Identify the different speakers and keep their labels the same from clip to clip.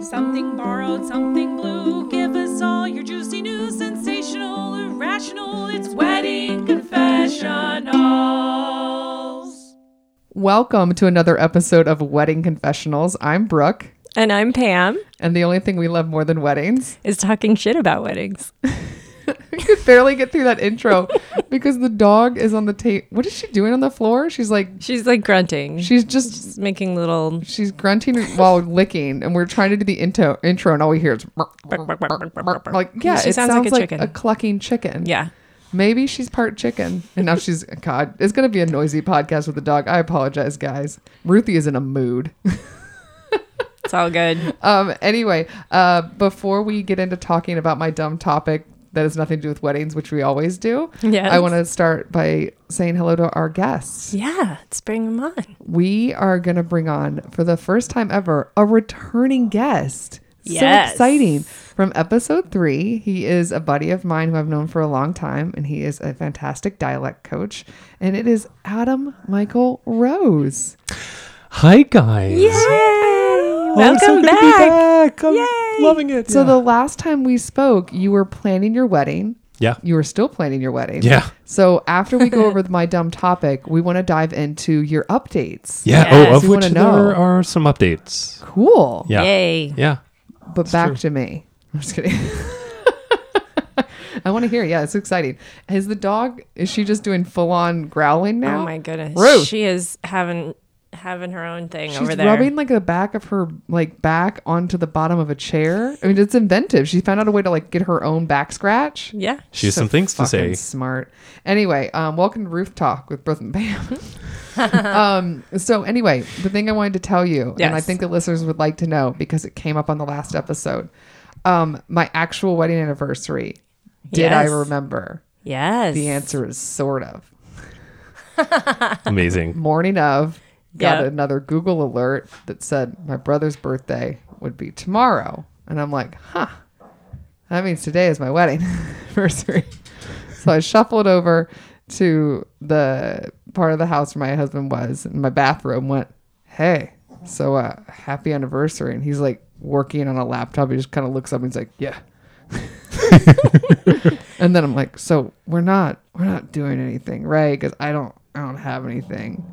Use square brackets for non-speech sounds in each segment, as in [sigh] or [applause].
Speaker 1: Something borrowed, something blue. Give us all your juicy news, sensational, irrational. It's wedding confessionals.
Speaker 2: Welcome to another episode of Wedding Confessionals. I'm Brooke,
Speaker 3: And I'm Pam,
Speaker 2: and the only thing we love more than weddings. [laughs]
Speaker 3: is talking shit about weddings.
Speaker 2: We could barely get through that intro because the dog is on the tape. What is she doing on the floor? She's like,
Speaker 3: She's like grunting. She's
Speaker 2: she's just,
Speaker 3: making little.
Speaker 2: she's grunting while licking, and we're trying to do the intro, intro and all we hear is like, yeah,
Speaker 3: She
Speaker 2: it sounds, like, a,
Speaker 3: chicken.
Speaker 2: clucking chicken.
Speaker 3: Yeah.
Speaker 2: Maybe she's part chicken. And now she's, God, it's going to be a noisy podcast with the dog. I apologize, guys. Ruthie is in a mood.
Speaker 3: It's all good.
Speaker 2: um anyway uh before we get into talking about my dumb topic that has nothing to do with weddings which we always do
Speaker 3: Yes.
Speaker 2: i want to start by saying hello to our guests
Speaker 3: Yeah. Let's bring them on.
Speaker 2: we are going to bring on for the first time ever a returning guest
Speaker 3: Yes.
Speaker 2: so exciting from episode three he is a buddy of mine who i've known for a long time and he is a fantastic dialect coach and it is adam michael rose
Speaker 4: Hi guys. Oh,
Speaker 3: Yay.
Speaker 4: I'm so
Speaker 3: Welcome
Speaker 4: good to be
Speaker 3: back.
Speaker 4: back. I'm
Speaker 3: Yay.
Speaker 4: loving it.
Speaker 2: so
Speaker 4: yeah.
Speaker 2: the last time we spoke you were planning your wedding
Speaker 4: yeah.
Speaker 2: you were still planning your wedding.
Speaker 4: Yeah.
Speaker 2: So after we go over [laughs] my dumb topic, we want to dive into your updates.
Speaker 4: Yeah.
Speaker 3: Yes.
Speaker 4: Oh, of
Speaker 2: We
Speaker 4: which
Speaker 2: wanna know.
Speaker 4: there are some updates.
Speaker 2: Cool.
Speaker 4: Yeah.
Speaker 3: Yay.
Speaker 4: Yeah.
Speaker 2: But back to me. [laughs] I'm just kidding. I want to hear. Yeah, it's exciting. Is the dog? Is she just doing full on growling now?
Speaker 3: Oh my goodness.
Speaker 2: Ruth.
Speaker 3: She is having having her own thing
Speaker 2: She's
Speaker 3: over there.
Speaker 2: rubbing like the back of her like back onto the bottom of a chair. I mean, it's inventive. She found out a way to like get her own back scratch.
Speaker 3: yeah.
Speaker 4: She has some things to
Speaker 2: fucking
Speaker 4: say.
Speaker 2: Smart. Anyway, um, welcome to Roof Talk with Brooke
Speaker 3: [laughs]
Speaker 2: and Pam. um, so anyway, the thing I wanted to tell you, and I
Speaker 3: Yes.
Speaker 2: think the listeners would like to know because it came up on the last episode, um, my actual wedding anniversary. Did I
Speaker 3: Yes.
Speaker 2: remember?
Speaker 3: Yes.
Speaker 2: The answer is sort of.
Speaker 4: [laughs] [laughs] Amazing.
Speaker 2: Morning of, got
Speaker 3: Yeah.
Speaker 2: another Google alert that said my brother's birthday would be tomorrow, and I'm like, huh. That means today is my wedding [laughs] anniversary. so I shuffled over to the part of the house where my husband was in my bathroom, went, Hey, so uh, happy anniversary. And he's like working on a laptop. He just kind of looks up and he's like, Yeah. [laughs] and then I'm like, So we're not, we're not doing anything, right? Because I don't, I don't have anything.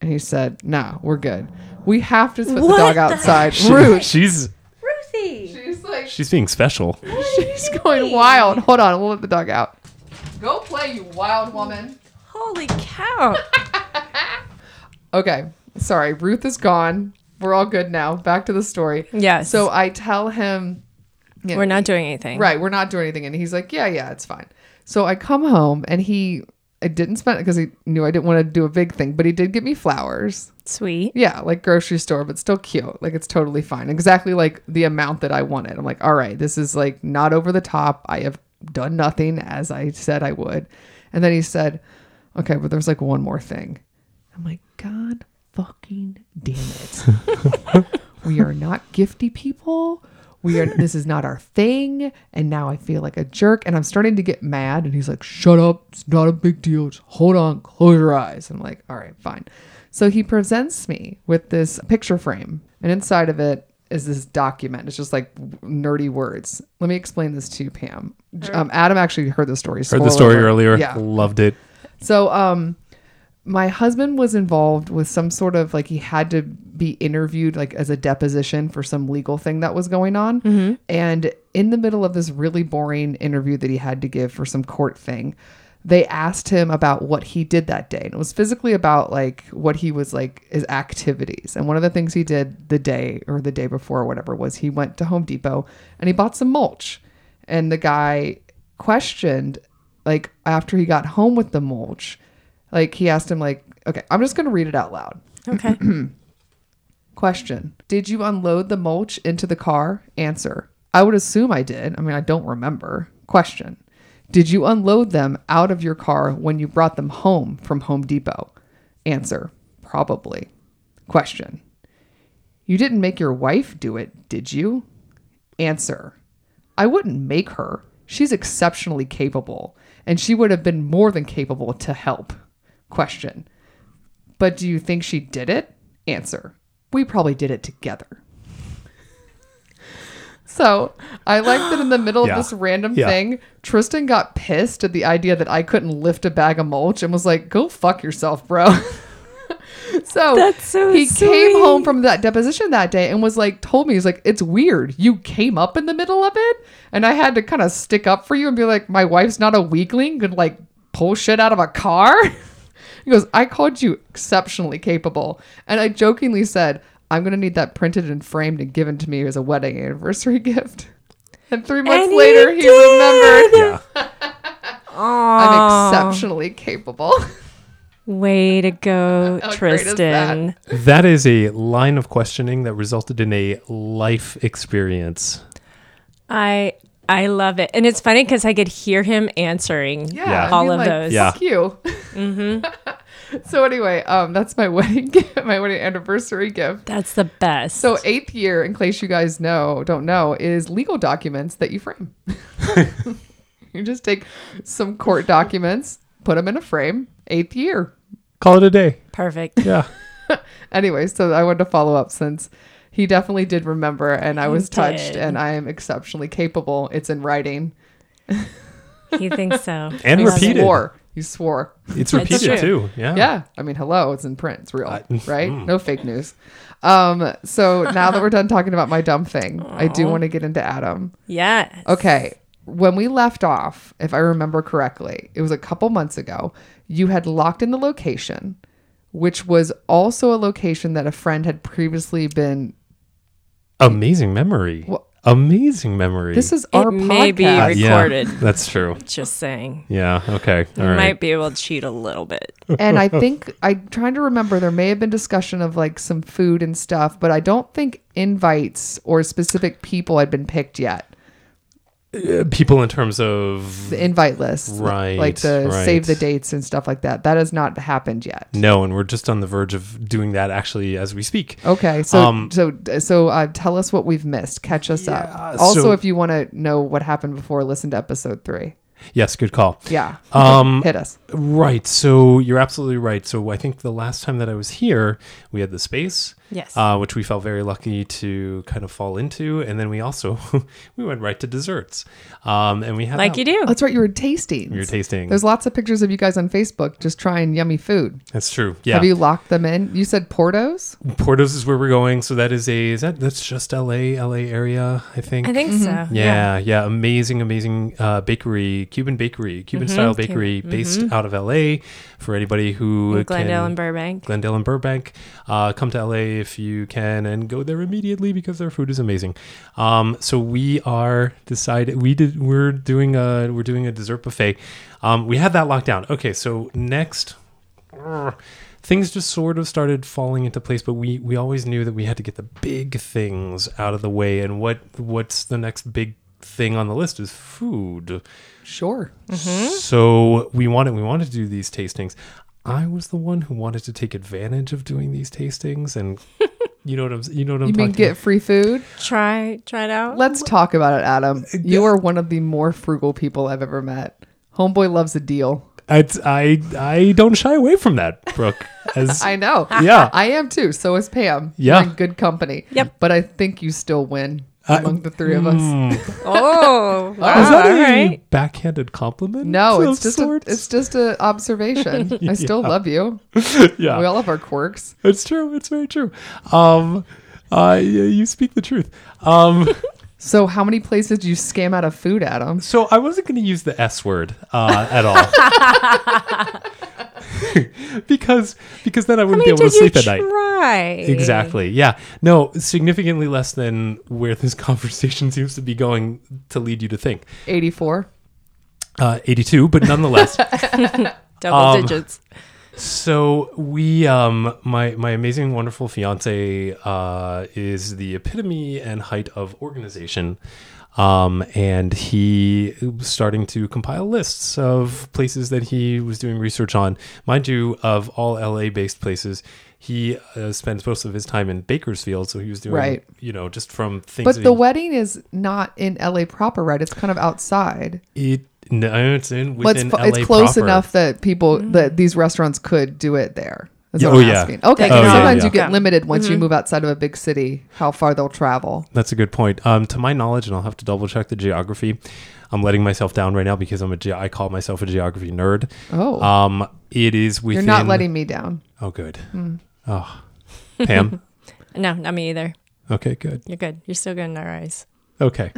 Speaker 2: And he said, Nah, we're good. We have to put the
Speaker 3: What
Speaker 2: dog
Speaker 3: the-
Speaker 2: outside. Ruth,
Speaker 4: She's
Speaker 3: Ruthie.
Speaker 2: [laughs] she's like,
Speaker 4: she's being special.
Speaker 2: She's going wild. Hold on, we'll let the dog out. Go play, you wild woman.
Speaker 3: Holy cow.
Speaker 2: Okay, sorry. Ruth is gone. We're all good now. Back to the story.
Speaker 3: Yes.
Speaker 2: So I tell him,
Speaker 3: [laughs]
Speaker 2: yeah,
Speaker 3: We're not doing anything.
Speaker 2: right, we're not doing anything. And he's like, yeah, yeah, it's fine. So I come home and he, I didn't spend because he knew I didn't want to do a big thing, but he did get me flowers. [laughs]
Speaker 3: Sweet.
Speaker 2: Yeah, like grocery store, but still cute. Like it's totally fine. Exactly like the amount that I wanted. I'm like, all right, this is like not over the top. I have done nothing as I said I would. And then he said, okay, but there's like one more thing. I'm like, God fucking damn it. we are not gifty people. We are this is not our thing. And now I feel like a jerk. And I'm starting to get mad. And he's like, Shut up. It's not a big deal. Just hold on. Close your eyes. I'm like, all right, fine. So he presents me with this picture frame. And inside of it is this document. It's just like nerdy words. Let me explain this to you, Pam. Um, Adam actually heard the story.
Speaker 4: Heard
Speaker 2: Spoiler
Speaker 4: the story
Speaker 2: alert.
Speaker 4: earlier.
Speaker 2: Yeah.
Speaker 4: Loved it.
Speaker 2: So, um, my husband was involved with some sort of like he had to be interviewed like as a deposition for some legal thing that was going on. And in the middle of this really boring interview that he had to give for some court thing, they asked him about what he did that day. And it was physically about like what he was like his activities. And one of the things he did the day or the day before or whatever was he went to Home Depot and he bought some mulch. And the guy questioned like after he got home with the mulch like he asked him like okay i'm just going to read it out loud
Speaker 3: Okay.
Speaker 2: question did you unload the mulch into the car answer i would assume i did i mean i don't remember question did you unload them out of your car when you brought them home from home depot answer probably question you didn't make your wife do it did you Answer I wouldn't make her. She's exceptionally capable, and she would have been more than capable to help. Question But do you think she did it? Answer We probably did it together. So I like that in the middle of
Speaker 4: Yeah.
Speaker 2: this random
Speaker 4: Yeah.
Speaker 2: thing, Tristan got pissed at the idea that I couldn't lift a bag of mulch and was like, "Go fuck yourself, bro." [laughs] so
Speaker 3: That's so
Speaker 2: he came home
Speaker 3: sweet.
Speaker 2: from that deposition that day and was like, told me he's like, "It's weird. You came up in the middle of it," and I had to kind of stick up for you and be like, "My wife's not a weakling. Could like pull shit out of a car." [laughs] He goes, I called you exceptionally capable. And I jokingly said, I'm going to need that printed and framed and given to me as a wedding anniversary [laughs] gift. And three months
Speaker 3: And he
Speaker 2: later, he, remembered
Speaker 4: Yeah.
Speaker 2: I'm exceptionally capable. [laughs]
Speaker 3: Way to go,
Speaker 2: How great is
Speaker 3: Tristan.
Speaker 4: That is a line of questioning that resulted in a life experience.
Speaker 3: I I love it, and it's funny because I could hear him answering.
Speaker 4: Yeah.
Speaker 2: I'd
Speaker 3: All
Speaker 2: be
Speaker 3: of those. Mm-hmm.
Speaker 4: Yeah.
Speaker 2: Fuck you. [laughs] so, anyway, um, that's my [laughs] wedding gift, my wedding anniversary gift.
Speaker 3: That's the best.
Speaker 2: So, eighth year, in case you guys know, don't know, is legal documents that you
Speaker 4: [laughs]
Speaker 2: frame. you just take some court documents, put them in a frame, eighth year.
Speaker 4: Call it a day.
Speaker 3: perfect.
Speaker 4: Yeah.
Speaker 2: Anyway, so I wanted to follow up since he definitely did remember and I was touched
Speaker 3: did.
Speaker 2: and I am exceptionally capable. It's in writing.
Speaker 3: He thinks
Speaker 2: [laughs]
Speaker 3: so.
Speaker 4: And
Speaker 3: I love it.
Speaker 4: repeated.
Speaker 2: Swore. You swore.
Speaker 4: It's
Speaker 3: That's
Speaker 4: repeated
Speaker 3: true.
Speaker 4: too. Yeah.
Speaker 2: Yeah. I mean, hello, it's in print. It's real, [laughs] right? No fake news. Um, so now that we're done talking about my dumb thing, I do want to get into Adam.
Speaker 3: Yeah.
Speaker 2: Okay. When we left off, if I remember correctly, it was a couple months ago, you had locked in the location, which was also a location that a friend had previously been.
Speaker 4: Amazing memory. Amazing memory.
Speaker 2: This is
Speaker 3: It
Speaker 2: our
Speaker 3: may be
Speaker 2: podcast.
Speaker 4: Uh, yeah,
Speaker 3: recorded.
Speaker 4: that's true.
Speaker 3: Just saying.
Speaker 4: Yeah. Okay. All
Speaker 3: You
Speaker 4: right.
Speaker 3: might be able to cheat a little bit.
Speaker 2: and I think I'm trying to remember there may have been discussion of like some food and stuff, but I don't think invites or specific people had been picked yet.
Speaker 4: People in terms of
Speaker 2: The invite list,
Speaker 4: Right,
Speaker 2: Like the
Speaker 4: right.
Speaker 2: save the dates and stuff like that. That has not happened yet.
Speaker 4: no, and we're just on the verge of doing that actually as we speak.
Speaker 3: Oh.
Speaker 2: Okay, so
Speaker 4: Um,
Speaker 2: so so uh, tell us what we've missed. Catch us up.
Speaker 4: Yeah,
Speaker 2: Also,
Speaker 4: so-
Speaker 2: if you want to know what happened before, listen to episode three.
Speaker 4: Yes. Good call.
Speaker 2: Yeah,
Speaker 4: Um,
Speaker 2: hit us.
Speaker 4: Right. So you're absolutely right. So I think the last time that I was here, we had the space.
Speaker 3: Yes.
Speaker 4: Uh, which we felt very lucky to kind of fall into, and then we also [laughs] we went right to desserts, um, and we had
Speaker 3: Like
Speaker 4: that-
Speaker 3: you do.
Speaker 2: Oh, that's right. You were tasting.
Speaker 4: You're tasting.
Speaker 2: There's lots of pictures of you guys on Facebook just trying yummy food.
Speaker 4: That's true. Yeah.
Speaker 2: Have you locked them in? You said Portos.
Speaker 4: Portos is where we're going. So that is a is that that's just LA LA area, I think.
Speaker 3: I
Speaker 2: mm-hmm.
Speaker 3: think so.
Speaker 4: yeah, yeah, amazing, amazing uh, bakery, Cuban bakery, Cuban style bakery, based out of LA. For anybody who
Speaker 3: In Glendale
Speaker 4: can-
Speaker 3: and Burbank.
Speaker 4: Glendale and Burbank. Uh, come to LA if you can and go there immediately because their food is amazing. Um, so we are decided we did we're doing a we're doing a dessert buffet. Um, we had that locked down. Okay, so next Urgh. things just sort of started falling into place but we we always knew that we had to get the big things out of the way and what what's the next big thing on the list is food
Speaker 2: Sure. Mm-hmm.
Speaker 4: so we wanted we wanted to do these tastings. I was the one who wanted to take advantage of doing these
Speaker 2: [laughs]
Speaker 4: tastings, and you know what I'm you know what I'm
Speaker 2: You mean
Speaker 4: talking
Speaker 2: get free food?
Speaker 3: Try try it out.
Speaker 2: Let's talk about it, Adam. You are one of the more frugal people I've ever met. Homeboy loves a deal.
Speaker 4: about. I, I I don't shy away from that,
Speaker 2: [laughs]
Speaker 4: Brooke. As
Speaker 2: I know.
Speaker 4: [laughs] yeah,
Speaker 2: I am too. So is Pam.
Speaker 4: Yeah. Uh,
Speaker 2: We're in good company.
Speaker 3: Yep.
Speaker 2: But I think you still win among the three of us.
Speaker 4: mm,
Speaker 2: [laughs]
Speaker 3: Oh, wow,
Speaker 4: is that
Speaker 3: all
Speaker 4: a
Speaker 3: right.
Speaker 4: backhanded compliment?
Speaker 2: No, it's
Speaker 4: of
Speaker 2: just a,
Speaker 4: sorts?
Speaker 2: it's just an observation. I still love you.
Speaker 4: [laughs] yeah.
Speaker 2: We all have our quirks.
Speaker 4: It's true. It's very true. Um, uh, y- you speak the truth.
Speaker 2: [laughs]
Speaker 4: Um,
Speaker 2: So how many places do you scam out of food, Adam?
Speaker 4: so I wasn't going to use the S word uh, at
Speaker 2: [laughs]
Speaker 4: all. [laughs] because because then I
Speaker 3: I
Speaker 4: wouldn't be
Speaker 3: mean,
Speaker 4: able to
Speaker 3: did you
Speaker 4: sleep at night.
Speaker 3: try?
Speaker 4: Exactly. Yeah. No, significantly less than where this [laughs] conversation seems to be going to lead you to think.
Speaker 2: 84.
Speaker 4: Uh, 82,
Speaker 2: [laughs]
Speaker 4: but nonetheless.
Speaker 3: Double
Speaker 4: Um,
Speaker 3: digits.
Speaker 4: so we, um, my my amazing, wonderful fiance uh, is the epitome and height of organization. Um, and he was starting to compile lists of places that he was doing research on. Mind you, of all LA based places, he uh, spends most of his time in Bakersfield. So he was doing,
Speaker 2: Right.
Speaker 4: you know, just from things.
Speaker 2: But
Speaker 4: that
Speaker 2: the
Speaker 4: he-
Speaker 2: wedding is not in LA proper, right? It's kind of outside.
Speaker 4: It no, it's in
Speaker 2: But it's,
Speaker 4: within
Speaker 2: fu-
Speaker 4: LA
Speaker 2: it's close
Speaker 4: proper.
Speaker 3: Mm.
Speaker 2: enough that people that these restaurants could do it there. That's
Speaker 4: Yeah,
Speaker 2: what
Speaker 4: oh,
Speaker 2: I'm
Speaker 4: yeah.
Speaker 2: asking. Okay.
Speaker 3: They can
Speaker 2: so
Speaker 4: all
Speaker 2: sometimes
Speaker 4: go.
Speaker 2: you get
Speaker 3: Yeah. Mm-hmm.
Speaker 2: limited once you move outside of a big city, how far they'll travel.
Speaker 4: That's a good point. Um, to my knowledge, and I'll have to double check the geography. I'm letting myself down right now because I'm a ge- I call myself a geography nerd.
Speaker 2: Oh.
Speaker 4: Um, it is within.
Speaker 2: You're not letting Hmm. me down.
Speaker 4: Oh, good. Oh,
Speaker 2: [laughs]
Speaker 4: Pam.
Speaker 3: No, not me either.
Speaker 4: okay, good.
Speaker 3: You're good. You're still good in our eyes.
Speaker 4: Okay.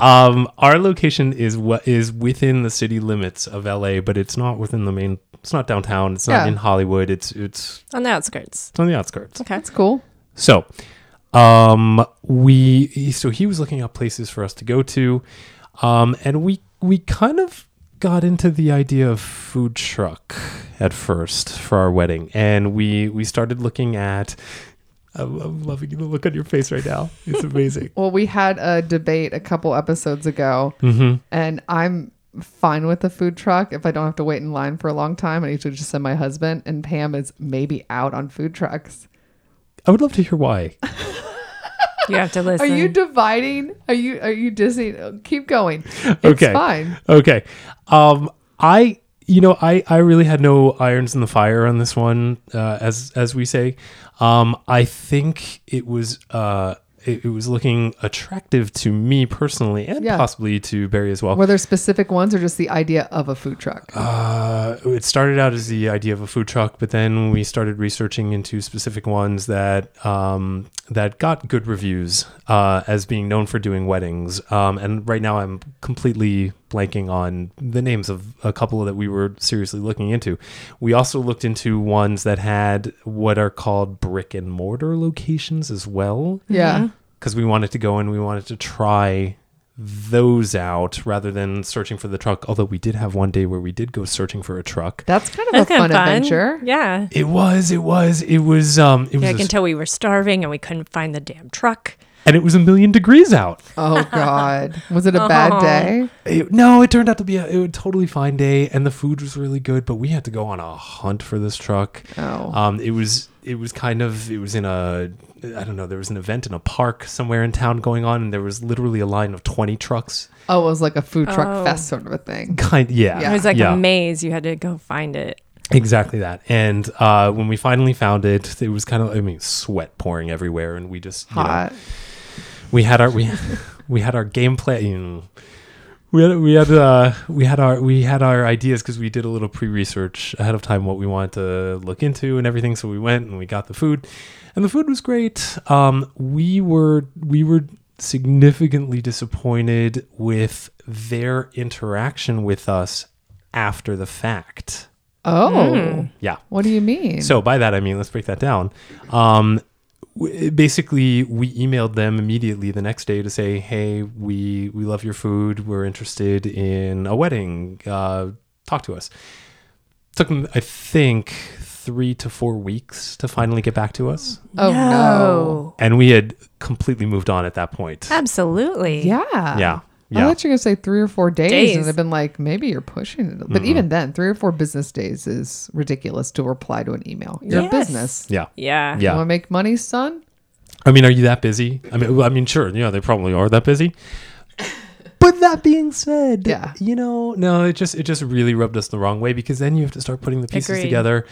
Speaker 4: um, our location is what is within the city limits of LA, but it's not within the main. It's not downtown. It's not
Speaker 2: Yeah.
Speaker 4: in Hollywood. It's it's
Speaker 3: On the outskirts.
Speaker 4: it's on the outskirts.
Speaker 3: Okay.
Speaker 2: That's cool.
Speaker 4: So, um, we so he was looking up places for us to go to, um, and we we kind of got into the idea of food truck at first for our wedding, and we we started looking at. I'm, I'm loving the look on your face right now. It's amazing.
Speaker 2: Well, we had a debate a couple episodes ago,
Speaker 4: mm-hmm.
Speaker 2: and I'm fine with the food truck if I don't have to wait in line for a long time. I usually just send my husband, and Pam is maybe out on food trucks.
Speaker 4: I would love to hear why.
Speaker 3: You have to listen.
Speaker 2: Are
Speaker 3: [laughs]
Speaker 2: you dividing? Are you are you Disney? Keep going. It's
Speaker 4: Okay.
Speaker 2: fine.
Speaker 4: okay um i you know i i really had no irons in the fire on this one uh, as as we say um i think it was uh it, it was looking attractive to me personally and
Speaker 2: Yeah.
Speaker 4: possibly to barry as well
Speaker 2: Were there specific ones or just the idea of a food truck?
Speaker 4: uh, it started out as the idea of a food truck, but then we started researching into specific ones that um, that got good reviews uh, as being known for doing weddings. Um, and right now, I'm completely blanking on the names of a couple that we were seriously looking into. We also looked into ones that had what are called brick and mortar locations as well
Speaker 2: yeah.
Speaker 4: because we wanted to go and we wanted to try those out rather than searching for the truck. Although we did have one day where we did go searching for a truck.
Speaker 2: That's kind of
Speaker 3: That's
Speaker 2: a
Speaker 3: kind
Speaker 2: fun,
Speaker 3: of fun.
Speaker 2: adventure.
Speaker 3: Yeah.
Speaker 4: It was, it was, it was, um, it was,
Speaker 3: Yeah, I
Speaker 4: a
Speaker 3: can
Speaker 4: s-
Speaker 3: tell we were starving and we couldn't find the damn truck.
Speaker 4: and it was a million degrees out.
Speaker 2: Oh God, was it a bad
Speaker 3: [laughs] Oh.
Speaker 2: day?
Speaker 4: It- no, it turned out to be a, it was a totally fine day, and the food was really good. But we had to go on a hunt for this truck.
Speaker 2: Oh,
Speaker 4: Um, it was it was kind of it was in a I don't know there was an event in a park somewhere in town going on, and there was literally a line of twenty trucks.
Speaker 2: oh, it was like a food truck
Speaker 3: Oh.
Speaker 2: fest sort of a thing.
Speaker 4: Kind yeah,
Speaker 2: Yeah.
Speaker 3: It was like
Speaker 4: yeah.
Speaker 3: a maze. You had to go find it.
Speaker 4: Exactly that. And uh, when we finally found it, it was kind of I mean sweat pouring everywhere, and we just you know,
Speaker 2: Hot.
Speaker 4: we had our we [laughs] we had our game plan. You know, we had we had uh, we had our we had our ideas because we did a little pre research ahead of time what we wanted to look into and everything. So we went and we got the food, and the food was great. Um, we were we were significantly disappointed with their interaction with us after the fact.
Speaker 2: Oh,
Speaker 4: Mm. Yeah.
Speaker 2: what do you mean?
Speaker 4: So by that I mean let's break that down. Um, w- basically, we emailed them immediately the next day to say, "Hey, we we love your food. We're interested in a wedding. Uh, talk to us." Took them, I think, three to four weeks to finally get back to us,
Speaker 2: oh no.
Speaker 4: and we had completely moved on at that point.
Speaker 3: Ah. Absolutely.
Speaker 2: Yeah.
Speaker 4: Yeah,
Speaker 2: I
Speaker 4: yeah.
Speaker 2: thought you were gonna say three or four days,
Speaker 3: Days.
Speaker 2: and I've been like, maybe you're pushing it. But even then, three or four business days is ridiculous to reply to an email. You're
Speaker 3: Yes.
Speaker 2: a business.
Speaker 4: yeah,
Speaker 3: Yeah.
Speaker 2: You
Speaker 4: yeah.
Speaker 2: want to make money, son?
Speaker 4: I mean, are you that busy? I mean, well, I mean, sure, yeah, they probably are that busy. But that being said,
Speaker 2: Yeah.
Speaker 4: you know, no, it just it just really rubbed us the wrong way because then you have to start putting the pieces
Speaker 3: Agreed.
Speaker 4: together.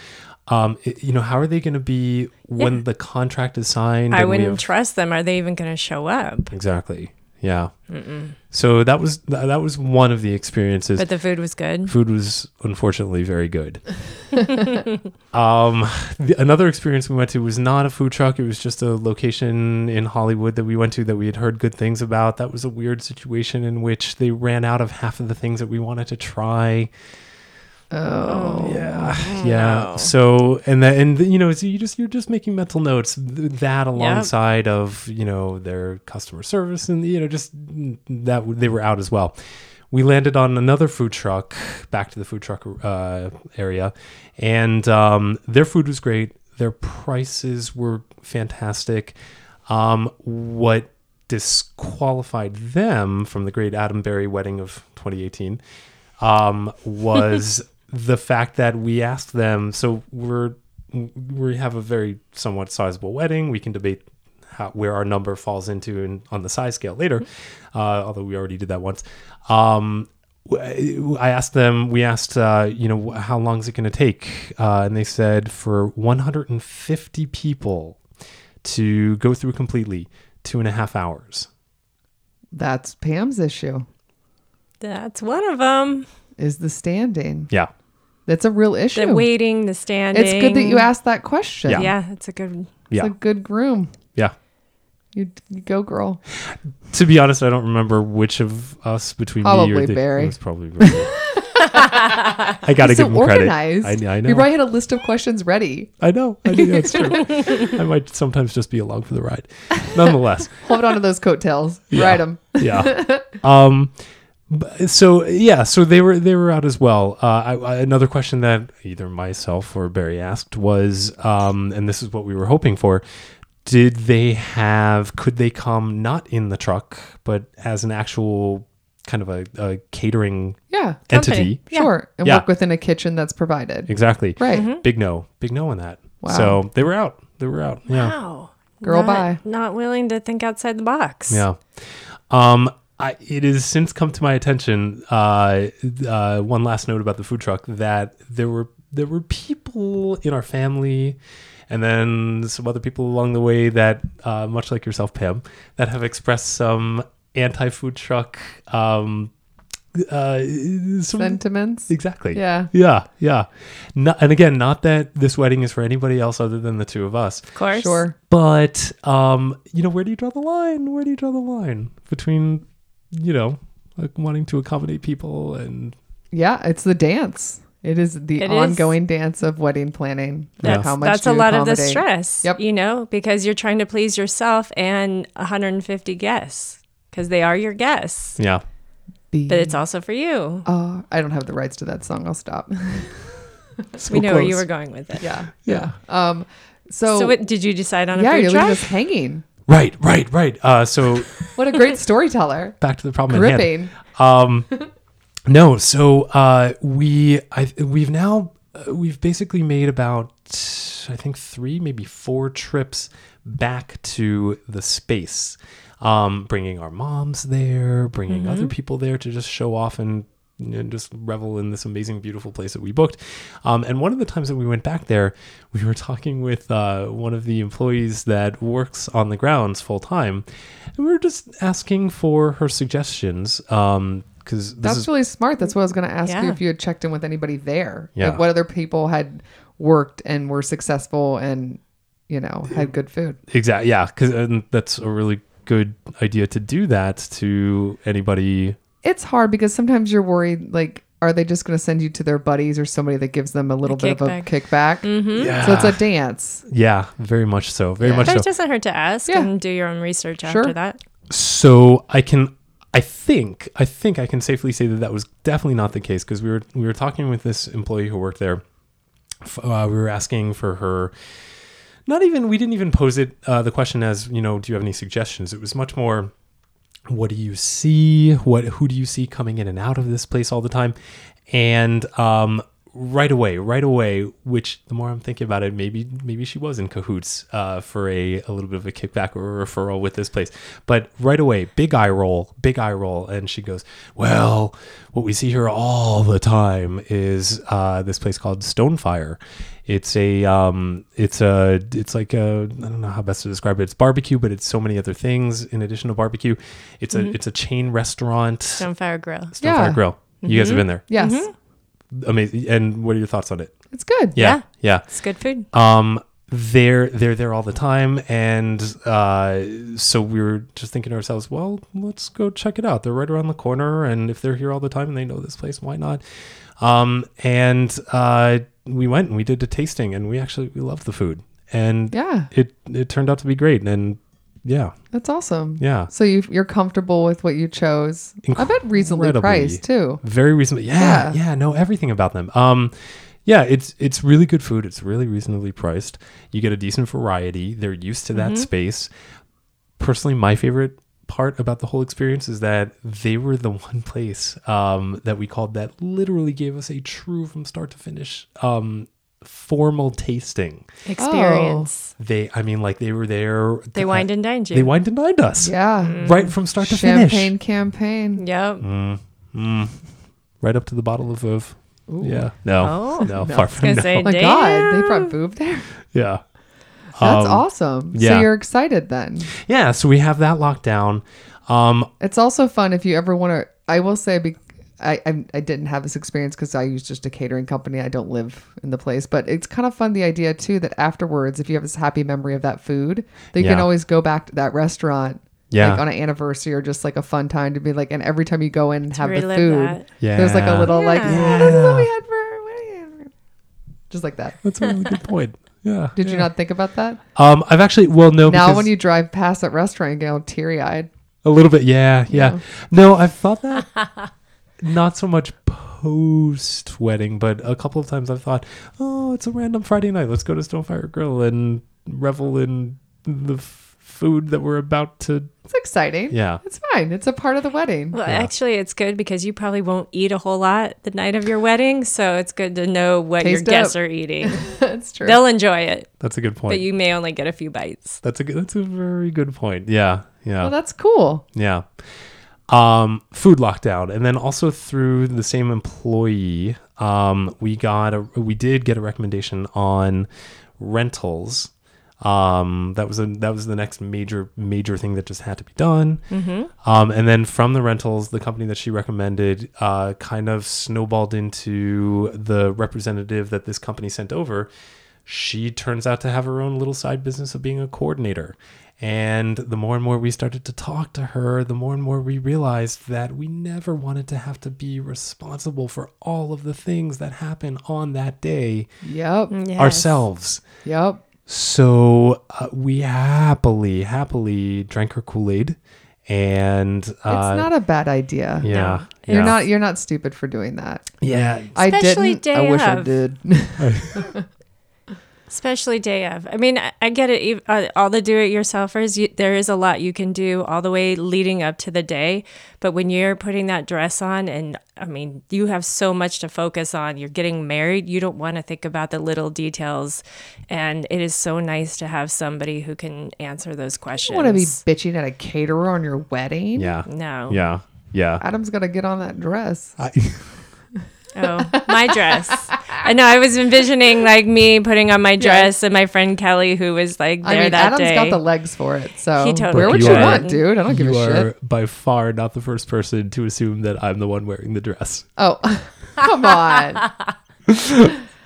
Speaker 4: Um, it- you know, how are they going to be when the contract is signed?
Speaker 3: I
Speaker 4: and we
Speaker 3: wouldn't
Speaker 4: have-
Speaker 3: trust them. Are they even going to show up?
Speaker 4: exactly. Yeah. So that was th- that was one of the experiences.
Speaker 3: But the food was good.
Speaker 4: Food was unfortunately very good. um, the, another experience we went to was not a food truck. It was just a location in Hollywood that we went to that we had heard good things about. That was a weird situation in which they ran out of half of the things that we wanted to try.
Speaker 2: Oh,
Speaker 4: Yeah, yeah. So and that and you know, so you just you're just making mental notes th- that alongside of you know their customer service and you know just that w- they were out as well. We landed on another food truck, back to the food truck uh, area, and um, their food was great. Their prices were fantastic. Um, what disqualified them from the great Adam Berry wedding of 2018 um, was the fact that we asked them. So we're we have a very somewhat sizable wedding. We can debate how, where our
Speaker 2: Mm-hmm.
Speaker 4: number falls into in, on the size scale later, uh, although we already did that once. Um, w- I asked them, we asked, uh, you know, wh- how long is it going to take? Uh, and they said for 150 people to go through completely, two and a half hours.
Speaker 2: That's Pam's issue.
Speaker 3: That's one of them.
Speaker 2: Is the standing?
Speaker 4: Yeah.
Speaker 2: That's a real issue.
Speaker 3: The waiting, the standing.
Speaker 2: it's good that you asked that question.
Speaker 4: Yeah.
Speaker 3: Yeah, that's a good.
Speaker 2: It's
Speaker 4: Yeah.
Speaker 2: a good groom.
Speaker 4: yeah.
Speaker 2: You, you go, girl.
Speaker 4: To be honest, I don't remember which of us between me
Speaker 2: Probably
Speaker 4: or the-
Speaker 2: Barry.
Speaker 4: It was
Speaker 2: [laughs]
Speaker 4: probably Barry. I got to
Speaker 2: He's
Speaker 4: give
Speaker 2: so
Speaker 4: him
Speaker 2: organized.
Speaker 4: credit. I, I know.
Speaker 2: You probably had a list of questions ready.
Speaker 4: I know. I know
Speaker 2: [laughs]
Speaker 4: that's true. I might sometimes just be along for the ride. Nonetheless.
Speaker 2: Hold on to those coattails.
Speaker 4: [laughs] Yeah.
Speaker 2: Ride them. [laughs]
Speaker 4: yeah. Um, b- so yeah, so they were they were out as well. Uh, I, I- another question that either myself or Barry asked was, um, and this is what we were hoping for: Did they have? Could they come not in the truck, but as an actual kind of a, a catering
Speaker 2: Yeah.
Speaker 4: entity?
Speaker 3: Yeah. Mm-hmm.
Speaker 2: Sure. And
Speaker 4: Yeah.
Speaker 2: work within a kitchen that's provided.
Speaker 4: Exactly.
Speaker 2: Right.
Speaker 4: Big no. Big no on that.
Speaker 2: Wow.
Speaker 4: So they were out. They were out. Yeah.
Speaker 3: Wow.
Speaker 2: Girl,
Speaker 3: not,
Speaker 2: bye.
Speaker 3: Not willing to think outside the box.
Speaker 4: Yeah. Um, I, it has since come to my attention. Uh, uh, one last note about the food truck that there were there were people in our family, and then some other people along the way that, uh, much like yourself, Pam, that have expressed some anti food truck. Um, uh, some-
Speaker 2: Sentiments.
Speaker 4: exactly.
Speaker 2: Yeah.
Speaker 4: Yeah. Yeah. Not, and again, not that this wedding is for anybody else other than the two of us.
Speaker 3: Of course.
Speaker 2: Sure.
Speaker 4: But um, you know, where do you draw the line? Where do you draw the line between, you know, like wanting to accommodate people and
Speaker 2: Yeah. It's the dance. It is the
Speaker 3: It is.
Speaker 2: ongoing dance of wedding planning. of
Speaker 4: That's-
Speaker 2: how much
Speaker 3: That's
Speaker 2: do
Speaker 3: a
Speaker 2: you
Speaker 3: lot of the
Speaker 2: accommodate.
Speaker 3: stress.
Speaker 2: Yep.
Speaker 3: You know, because you're trying to please yourself and 150 guests because they are your guests,
Speaker 4: yeah,
Speaker 2: The-
Speaker 3: but it's also for you.
Speaker 2: Uh, I don't have the rights to that song. I'll stop. [laughs]
Speaker 3: we know where you
Speaker 4: close.
Speaker 3: were going with it.
Speaker 2: yeah.
Speaker 4: yeah,
Speaker 2: Um. So,
Speaker 3: So, what did you decide on a
Speaker 2: yeah,
Speaker 3: food
Speaker 2: you're
Speaker 3: truck?
Speaker 2: leaving us hanging.
Speaker 4: right, right, right. Uh, so
Speaker 2: What
Speaker 3: [laughs]
Speaker 2: a great storyteller.
Speaker 4: back to the problem. at
Speaker 2: Gripping.
Speaker 4: hand. Um, no, so uh, we I, we've now uh, we've basically made about I think three, maybe four trips back to the space, um, bringing our moms there, bringing other people there to just show off and and just revel in this amazing, beautiful place that we booked. Um, and one of the times that we went back there, we were talking with uh, one of the employees that works on the grounds full time, and we were just asking for her suggestions. Um, because this
Speaker 2: That's
Speaker 4: is
Speaker 2: really smart. That's what I was going to ask you
Speaker 3: Yeah.
Speaker 2: if you had checked in with anybody there.
Speaker 4: Yeah.
Speaker 2: Like what other people had worked and were successful and, you know, had good food.
Speaker 4: exactly yeah, because that's a really good idea to do that to anybody.
Speaker 2: It's hard because sometimes you're worried, like, are they just going to send you to their buddies or somebody that gives them a little bit of a kickback? Mm-hmm.
Speaker 4: Yeah,
Speaker 2: So it's a dance.
Speaker 4: yeah, very much so, very
Speaker 2: Yeah.
Speaker 4: much
Speaker 3: But
Speaker 4: so.
Speaker 3: it doesn't hurt to ask
Speaker 2: Yeah.
Speaker 3: and do your own research
Speaker 2: Sure.
Speaker 3: after that.
Speaker 4: so I can I think I think I can safely say that that was definitely not the case because we were we were talking with this employee who worked there. F- Uh, we were asking for her. Not even we didn't even pose it uh, the question as you know do you have any suggestions? It was much more what do you see what who do you see coming in and out of this place all the time and um right away right away which the more i'm thinking about it maybe maybe she was in cahoots uh, for a, a little bit of a kickback or a referral with this place but right away big eye roll big eye roll and she goes well what we see here all the time is uh, this place called stonefire it's a um it's a it's like a i don't know how best to describe it it's barbecue but it's so many other things in addition to barbecue it's a it's a chain restaurant stonefire
Speaker 3: Stonefire Grill.
Speaker 2: Yeah.
Speaker 4: grill you guys have been there
Speaker 2: Yes.
Speaker 4: amazing and what are your thoughts on it
Speaker 2: It's good.
Speaker 4: yeah yeah,
Speaker 3: It's good food.
Speaker 4: um they're they're there all the time and uh so we were just thinking to ourselves well let's go check it out they're right around the corner and if they're here all the time and they know this place why not um and uh we went and we did a tasting and we actually we loved the food and
Speaker 2: Yeah.
Speaker 4: it it turned out to be great and yeah
Speaker 2: That's awesome.
Speaker 4: yeah
Speaker 2: So you you're comfortable with what you chose. I bet reasonably
Speaker 4: Incredibly.
Speaker 2: priced too.
Speaker 4: very reasonable yeah, yeah know everything about them um yeah it's it's really good food it's really reasonably priced you get a decent variety they're used to that space personally my favorite part about the whole experience is that they were the [laughs] one place um that we called that literally gave us a true from start to finish um formal tasting
Speaker 2: Oh.
Speaker 3: Experience.
Speaker 4: they i mean like they were there
Speaker 3: They wined and dined you.
Speaker 4: they wined and dined us
Speaker 2: Yeah.
Speaker 4: right from start to
Speaker 2: Champagne
Speaker 4: finish
Speaker 2: campaign.
Speaker 3: Yep.
Speaker 4: Mm. right up to the bottle of Veuve.
Speaker 2: Ooh.
Speaker 4: Yeah, no,
Speaker 3: Oh.
Speaker 4: no, far from
Speaker 3: gonna
Speaker 4: no.
Speaker 3: say-
Speaker 2: Oh my god, they brought boob there.
Speaker 4: [laughs] yeah,
Speaker 2: That's
Speaker 4: Um,
Speaker 2: awesome.
Speaker 4: yeah.
Speaker 2: So you're excited then.
Speaker 4: Yeah, so we have that locked down. Um,
Speaker 2: It's also fun if you ever want to. I will say, be, I, I I didn't have this experience because I use just a catering company. I don't live in the place, but it's kind of fun the idea too that afterwards, if you have this happy memory of that food, that you can
Speaker 4: Yeah.
Speaker 2: always go back to that restaurant.
Speaker 4: Yeah.
Speaker 2: Like on an anniversary or just like a fun time to be like, and every time you go in and have the
Speaker 3: relive
Speaker 2: food,
Speaker 3: that.
Speaker 2: there's like a
Speaker 4: Yeah.
Speaker 2: little like,
Speaker 3: Yeah.
Speaker 2: [laughs] "Yeah, this is what we had for, what do you have?" just like that.
Speaker 4: that's a really good point. Yeah.
Speaker 2: Did you not think about that?
Speaker 4: Um, I've actually well no
Speaker 2: Now
Speaker 4: because
Speaker 2: when you drive past that restaurant, you get all teary eyed.
Speaker 4: a little bit yeah yeah no I've thought that [laughs] not so much post wedding but a couple of times I've thought oh it's a random Friday night let's go to Stonefire Grill and revel in the f- food that we're about to
Speaker 2: It's exciting.
Speaker 4: yeah
Speaker 2: It's fine. It's a part of the wedding.
Speaker 3: Well, actually, it's good because you probably won't eat a whole lot the night of your wedding, so it's good to know what your
Speaker 2: Taste
Speaker 3: guests
Speaker 2: up.
Speaker 3: are
Speaker 2: [laughs]
Speaker 3: eating.
Speaker 2: That's true.
Speaker 3: They'll enjoy it,
Speaker 4: that's a good point
Speaker 3: but you may only get a few bites.
Speaker 4: that's a good, that's a very good point yeah yeah
Speaker 2: Well, that's cool.
Speaker 4: Yeah. Um, food lockdown, and then also through the same employee, um, we got a we did get a recommendation on rentals. Um, that was a that was the next major major thing that just had to be done. Um, and then from the rentals, the company that she recommended uh, kind of snowballed into the representative that this company sent over. She turns out to have her own little side business of being a coordinator. And the more and more we started to talk to her, the more and more we realized that we never wanted to have to be responsible for all of the things that happen on that day
Speaker 2: Yep.
Speaker 3: Yes.
Speaker 4: ourselves.
Speaker 2: Yep.
Speaker 4: So uh, we happily, happily drank her Kool Aid, and uh,
Speaker 2: it's not a bad idea.
Speaker 3: No,
Speaker 4: yeah, yeah,
Speaker 2: You're not you're not stupid for doing that.
Speaker 4: yeah,
Speaker 2: I
Speaker 3: Especially
Speaker 2: didn't.
Speaker 3: day
Speaker 2: I wish I
Speaker 3: of.
Speaker 4: [laughs]
Speaker 2: did.
Speaker 3: Especially day of. I mean, I, I get it. ev- Uh, all the do it yourselfers, you, there is a lot you can do all the way leading up to the day. But when you're putting that dress on, and I mean, you have so much to focus on, you're getting married, you don't want to think about the little details. And it is so nice to have somebody who can answer those
Speaker 2: you
Speaker 3: questions.
Speaker 2: want to be bitching at a caterer on your wedding.
Speaker 4: yeah,
Speaker 3: No.
Speaker 4: yeah, yeah.
Speaker 2: Adam's gonna get on that dress.
Speaker 4: I-
Speaker 3: Oh, my dress. I know. I was envisioning like me putting on my dress and my friend Kelly, who was like there
Speaker 2: I mean,
Speaker 3: that
Speaker 2: Adam's
Speaker 3: day.
Speaker 2: got the legs for it. So
Speaker 3: He totally
Speaker 2: where would
Speaker 4: You
Speaker 2: you,
Speaker 4: are-
Speaker 2: want, dude? I don't give
Speaker 4: [laughs] you
Speaker 2: a
Speaker 4: are
Speaker 2: shit.
Speaker 4: by far not the first person to assume that I'm the one wearing the dress.
Speaker 2: Oh, [laughs] come
Speaker 4: [laughs]
Speaker 2: on.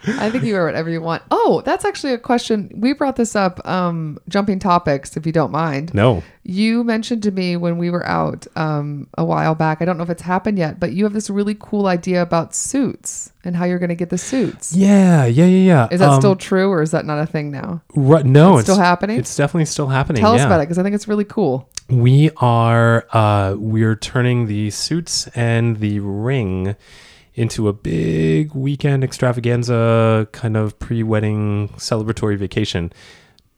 Speaker 2: I think you wear whatever you want. Oh, that's actually a question. We brought this up. Um, jumping topics, if you don't mind.
Speaker 4: No,
Speaker 2: You mentioned to me when we were out um, a while back. I don't know if it's happened yet, but you have this really cool idea about suits and how you're going to get the suits.
Speaker 4: yeah, yeah, yeah, yeah.
Speaker 2: Is that
Speaker 4: Um,
Speaker 2: still true, or is that not a thing now?
Speaker 4: right? No, it's,
Speaker 2: still happening?
Speaker 4: It's definitely still happening.
Speaker 2: Tell us
Speaker 4: yeah.
Speaker 2: about it because I think it's really cool.
Speaker 4: we are uh we're turning the suits and the ring into a big weekend extravaganza kind of pre-wedding celebratory vacation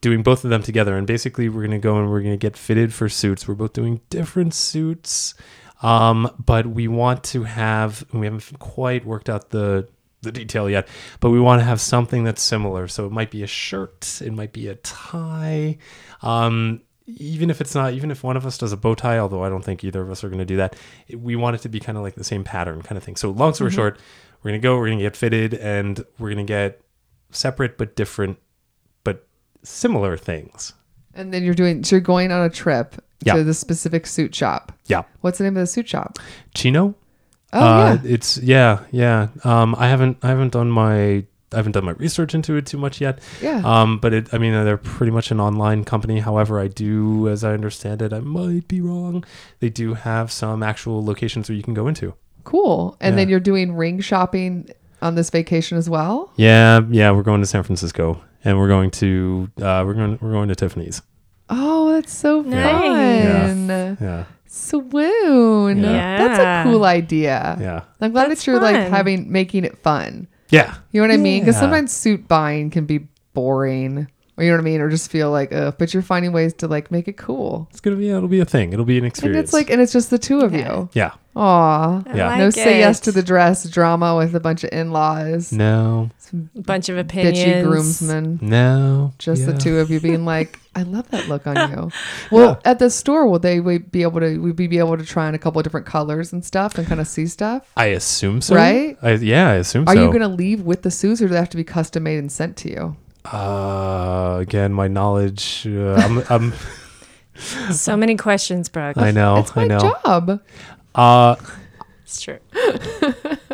Speaker 4: doing both of them together and basically we're going to go and we're going to get fitted for suits we're both doing different suits um but we want to have we haven't quite worked out the the detail yet but we want to have something that's similar so it might be a shirt it might be a tie um even if it's not even if one of us does a bow tie although i don't think either of us are going to do that it- we want it to be kind of like the same pattern kind of thing so long
Speaker 2: Mm-hmm.
Speaker 4: story short we're going to go we're going to get fitted and we're going to get separate but different but similar things
Speaker 2: And then you're doing. So you're going on a trip
Speaker 4: Yeah.
Speaker 2: to this specific suit shop.
Speaker 4: yeah
Speaker 2: What's the name of the suit shop?
Speaker 4: chino
Speaker 2: Oh
Speaker 4: uh,
Speaker 2: yeah.
Speaker 4: it's yeah yeah um i haven't i haven't done my I haven't done my research into it too much yet.
Speaker 2: Yeah.
Speaker 4: Um, but it, I mean, they're pretty much an online company. However, I do, as I understand it, I might be wrong. They do have some actual locations where you can go into.
Speaker 2: Cool. And then you're doing ring shopping on this vacation as well.
Speaker 4: Yeah, yeah, we're going to San Francisco, and we're going to uh, we're going we're going to Tiffany's.
Speaker 2: Oh, that's so fun.
Speaker 3: Yeah.
Speaker 4: Yeah,
Speaker 2: Swoon.
Speaker 3: Yeah.
Speaker 2: That's a cool idea.
Speaker 4: yeah,
Speaker 2: I'm glad
Speaker 3: That's
Speaker 2: that you're like
Speaker 3: fun.
Speaker 2: having making it fun.
Speaker 4: yeah,
Speaker 2: You know what I mean? Because
Speaker 4: Yeah.
Speaker 2: sometimes suit buying can be boring or you know what I mean, or just feel like, uh, but you're finding ways to like make it cool.
Speaker 4: It's gonna be it'll be a thing. It'll be an
Speaker 2: And
Speaker 4: experience.
Speaker 2: it's like, and it's just the two of you.
Speaker 4: yeah,
Speaker 2: Aw.
Speaker 3: I
Speaker 4: Yeah.
Speaker 3: like
Speaker 2: no say yes
Speaker 3: it.
Speaker 2: to the dress drama with a bunch of in laws,
Speaker 4: no,
Speaker 3: bunch of opinions.
Speaker 2: bitchy groomsmen.
Speaker 4: no,
Speaker 2: Just
Speaker 4: yeah.
Speaker 2: the two of you
Speaker 4: [laughs]
Speaker 2: being like, I love that look on you. Well, at the store, will they we be able to, we be able to try on a couple of different colors and stuff and kind of see stuff?
Speaker 4: I assume so.
Speaker 2: Right?
Speaker 4: I, yeah, I assume
Speaker 2: Are
Speaker 4: so.
Speaker 2: you going to leave with the suits or do they have to be custom made and sent to you?
Speaker 4: Uh, again, my knowledge. Uh, I'm, I'm,
Speaker 3: So many questions, Brooke.
Speaker 4: I
Speaker 2: [laughs]
Speaker 4: know.
Speaker 2: It's my
Speaker 4: I know.
Speaker 2: job.
Speaker 4: Uh,
Speaker 3: It's true.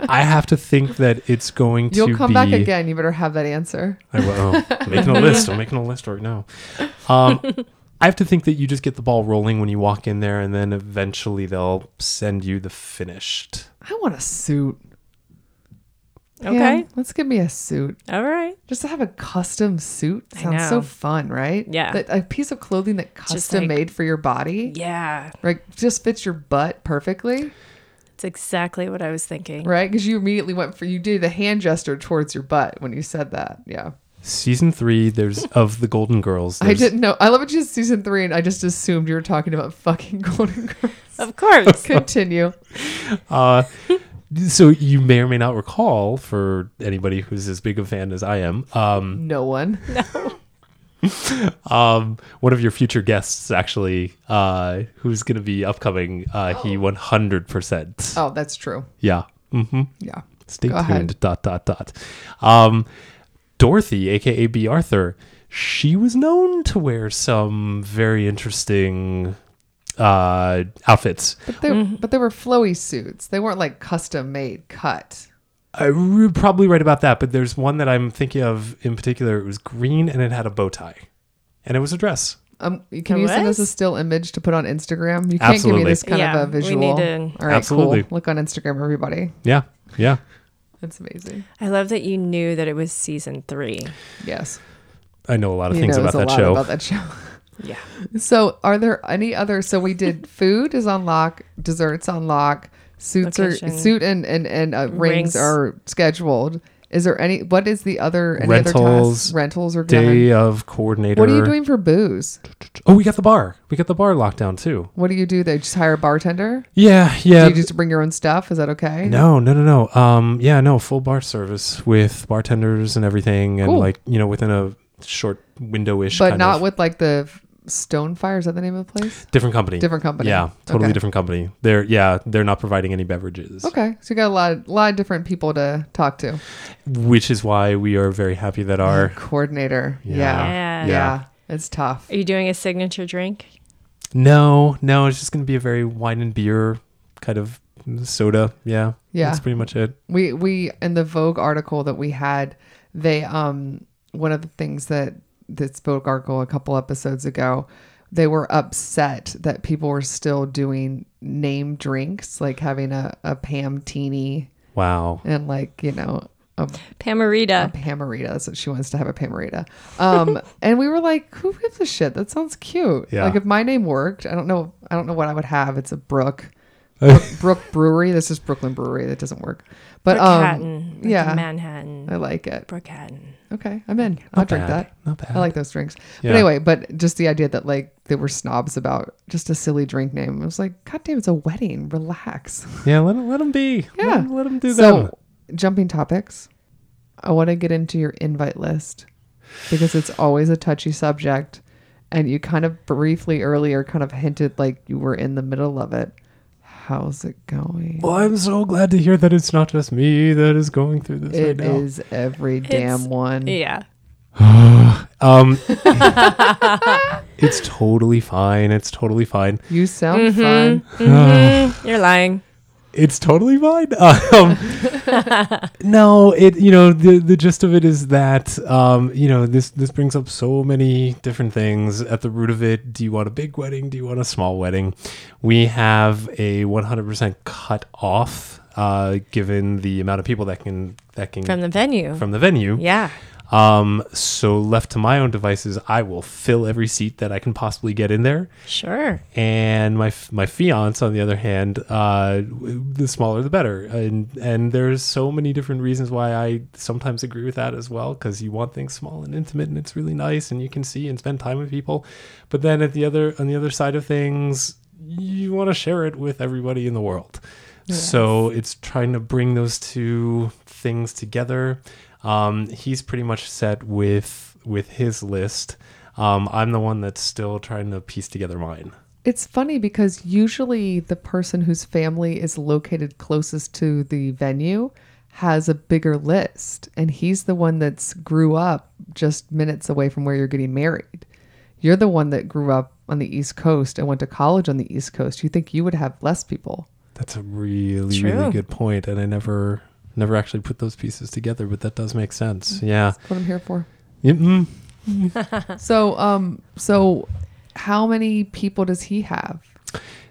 Speaker 4: I have to think that it's going to.
Speaker 2: You'll come
Speaker 4: be,
Speaker 2: back again. You better have that answer.
Speaker 4: I will. oh, I'm making a list. I'm making a list right now. Um, I have to think that you just get the ball rolling when you walk in there, and then eventually they'll send you the finished.
Speaker 2: I want a suit.
Speaker 3: Okay.
Speaker 2: Yeah, let's give me a suit.
Speaker 3: All right.
Speaker 2: Just to have a custom suit sounds so
Speaker 3: know.
Speaker 2: fun, right?
Speaker 3: Yeah.
Speaker 2: That, a piece of clothing that custom
Speaker 3: like-
Speaker 2: made for your body,
Speaker 3: Yeah.
Speaker 2: like just fits your butt perfectly,
Speaker 3: It's exactly what I was thinking.
Speaker 2: right? Because you immediately went for you did a hand gesture towards your butt when you said that. Yeah.
Speaker 4: Season three, there's of the Golden Girls.
Speaker 2: I
Speaker 4: there's-
Speaker 2: didn't know. I love it. Just season three, and I just assumed you were talking about fucking [laughs] Golden Girls.
Speaker 3: [laughs] Of course.
Speaker 2: Continue.
Speaker 4: Uh, so you may or may not recall, for anybody who's as big a fan as I am, um,
Speaker 2: No one.
Speaker 4: um, one of your future guests actually, uh, who's going to be upcoming, uh, he 100%.
Speaker 2: Oh, that's true.
Speaker 4: Yeah. hmm
Speaker 2: Yeah.
Speaker 4: Stay
Speaker 2: Go
Speaker 4: tuned.
Speaker 2: ahead.
Speaker 4: Dot, dot, dot. Um, Dorothy, aka B. Arthur, she was known to wear some very interesting uh, outfits.
Speaker 2: But they
Speaker 3: Mm-hmm.
Speaker 2: but they were flowy suits. They weren't like custom made cut.
Speaker 4: I'm probably right about that, but there's one that I'm thinking of in particular. It was green and it had a bow tie, and it was a dress.
Speaker 2: Um, can
Speaker 3: It
Speaker 2: you send us a
Speaker 3: was?
Speaker 2: still image to put on Instagram? You can't give
Speaker 4: Absolutely.
Speaker 2: me this kind
Speaker 3: Yeah,
Speaker 2: of a
Speaker 3: we need
Speaker 2: visual.
Speaker 3: to-
Speaker 2: All right,
Speaker 4: Absolutely.
Speaker 2: cool. Look on Instagram, everybody.
Speaker 4: Yeah, yeah.
Speaker 2: That's amazing.
Speaker 3: I love that you knew that it was season three.
Speaker 2: Yes,
Speaker 4: I know a lot of
Speaker 2: he
Speaker 4: things
Speaker 2: knows
Speaker 4: about
Speaker 2: a
Speaker 4: that
Speaker 2: lot
Speaker 4: show.
Speaker 2: about that show. [laughs]
Speaker 3: Yeah.
Speaker 2: So, are there any other? So
Speaker 3: [laughs]
Speaker 2: we did food is on lock, desserts on lock, suits are
Speaker 3: Location.
Speaker 2: suit and and and uh, rings,
Speaker 3: Rings.
Speaker 2: are scheduled. Is there any? What is the other? Any other
Speaker 4: Rentals,
Speaker 2: tasks? rentals or
Speaker 4: Day of coordinator.
Speaker 2: What are you doing for booze?
Speaker 4: Oh, we got the bar. We got the bar locked down too.
Speaker 2: What do you do? They just hire a bartender.
Speaker 4: Yeah,
Speaker 2: Do
Speaker 4: yeah.
Speaker 2: you just bring your own stuff? Is that okay?
Speaker 4: No, no, no, no. Um, yeah, no, full bar service with bartenders and everything, and
Speaker 2: Cool.
Speaker 4: like you know, within a short window-ish.
Speaker 2: but
Speaker 4: kind
Speaker 2: not
Speaker 4: of-
Speaker 2: with like the stone fire is that the name of the place
Speaker 4: different company.
Speaker 2: different company
Speaker 4: Yeah, totally
Speaker 2: Okay.
Speaker 4: different company. They're yeah, they're not providing any beverages,
Speaker 2: okay so you got a lot of, lot of different people to talk to
Speaker 4: which is why we are very happy that our
Speaker 2: coordinator yeah yeah,
Speaker 3: Yeah.
Speaker 2: it's tough
Speaker 3: Are you doing a signature drink?
Speaker 4: No, no, it's just gonna be a very wine and beer kind of soda. Yeah,
Speaker 2: Yeah.
Speaker 4: that's pretty much it.
Speaker 2: we we in the vogue article that we had they um one of the things that this vogue article a couple episodes ago they were upset that people were still doing name drinks like having a, a pam teeny
Speaker 4: Wow.
Speaker 2: and like you know a
Speaker 3: Pamarita.
Speaker 2: a Pamarita. That's what she wants to have a Pamarita. Um, and we were like, who gives a shit? That sounds cute.
Speaker 4: Yeah.
Speaker 2: Like if my name worked, I don't know. I don't know what I would have. It's a
Speaker 4: [laughs]
Speaker 2: Brook. Brook, Brook Brewery. This is Brooklyn Brewery. That doesn't work. But um,
Speaker 3: Brookhaven. like
Speaker 2: yeah, Uh,
Speaker 3: Manhattan.
Speaker 2: I like it.
Speaker 3: Brookhaven.
Speaker 2: Okay, I'm in. I'll drink
Speaker 4: bad.
Speaker 2: that.
Speaker 4: Not bad.
Speaker 2: I like those drinks.
Speaker 4: Yeah.
Speaker 2: But anyway, but just the idea that like they were snobs about just a silly drink name. I was like, God damn, it's a wedding. Relax.
Speaker 4: Yeah, let them, let them be.
Speaker 2: Yeah.
Speaker 4: Let 'em- let them do
Speaker 2: so,
Speaker 4: them.
Speaker 2: jumping topics, I want to get into your invite list because it's always a touchy subject. And you kind of briefly earlier kind of hinted like you were in the middle of it. How's it going?
Speaker 4: Well, I'm so glad to hear that it's not just me that is going through this
Speaker 2: It
Speaker 4: right now.
Speaker 2: is every damn one.
Speaker 3: Yeah. [laughs]
Speaker 4: Um, it's totally fine. It's totally fine.
Speaker 2: You sound
Speaker 4: Mm-hmm.
Speaker 2: fun.
Speaker 3: Mm-hmm. You're lying.
Speaker 4: It's totally fine. [laughs] Um, no, it you know the the gist of it is that um, you know this this brings up so many different things. At the root of it, do you want a big wedding? Do you want a small wedding? We have a 100% cut off uh, given the amount of people that can that can
Speaker 3: From the venue.
Speaker 4: from the venue.
Speaker 3: yeah.
Speaker 4: Um, so left to my own devices, I will fill every seat that I can possibly get in there.
Speaker 3: Sure.
Speaker 4: And my f- my fiance, on the other hand, uh, w- the smaller the better. And and there's so many different reasons why I sometimes agree with that as well, because you want things small and intimate, and it's really nice, and you can see and spend time with people. But then at the other on the other side of things, you want to share it with everybody in the world. So it's trying to bring those two things together. Um, he's pretty much set with with his list. Um, I'm the one that's still trying to piece together mine.
Speaker 2: It's funny because usually the person whose family is located closest to the venue has a bigger list, and he's the one that's grew up just minutes away from where you're getting married. You're the one that grew up on the East Coast and went to college on the East Coast. You think you would have less people.
Speaker 4: That's a really
Speaker 3: True.
Speaker 4: really good point, and I never never actually put those pieces together, but that does make sense.
Speaker 3: Mm.
Speaker 4: Yeah. mm.
Speaker 2: That's what I'm here for.
Speaker 4: Mm-mm.
Speaker 2: So, um, so how many people does he have?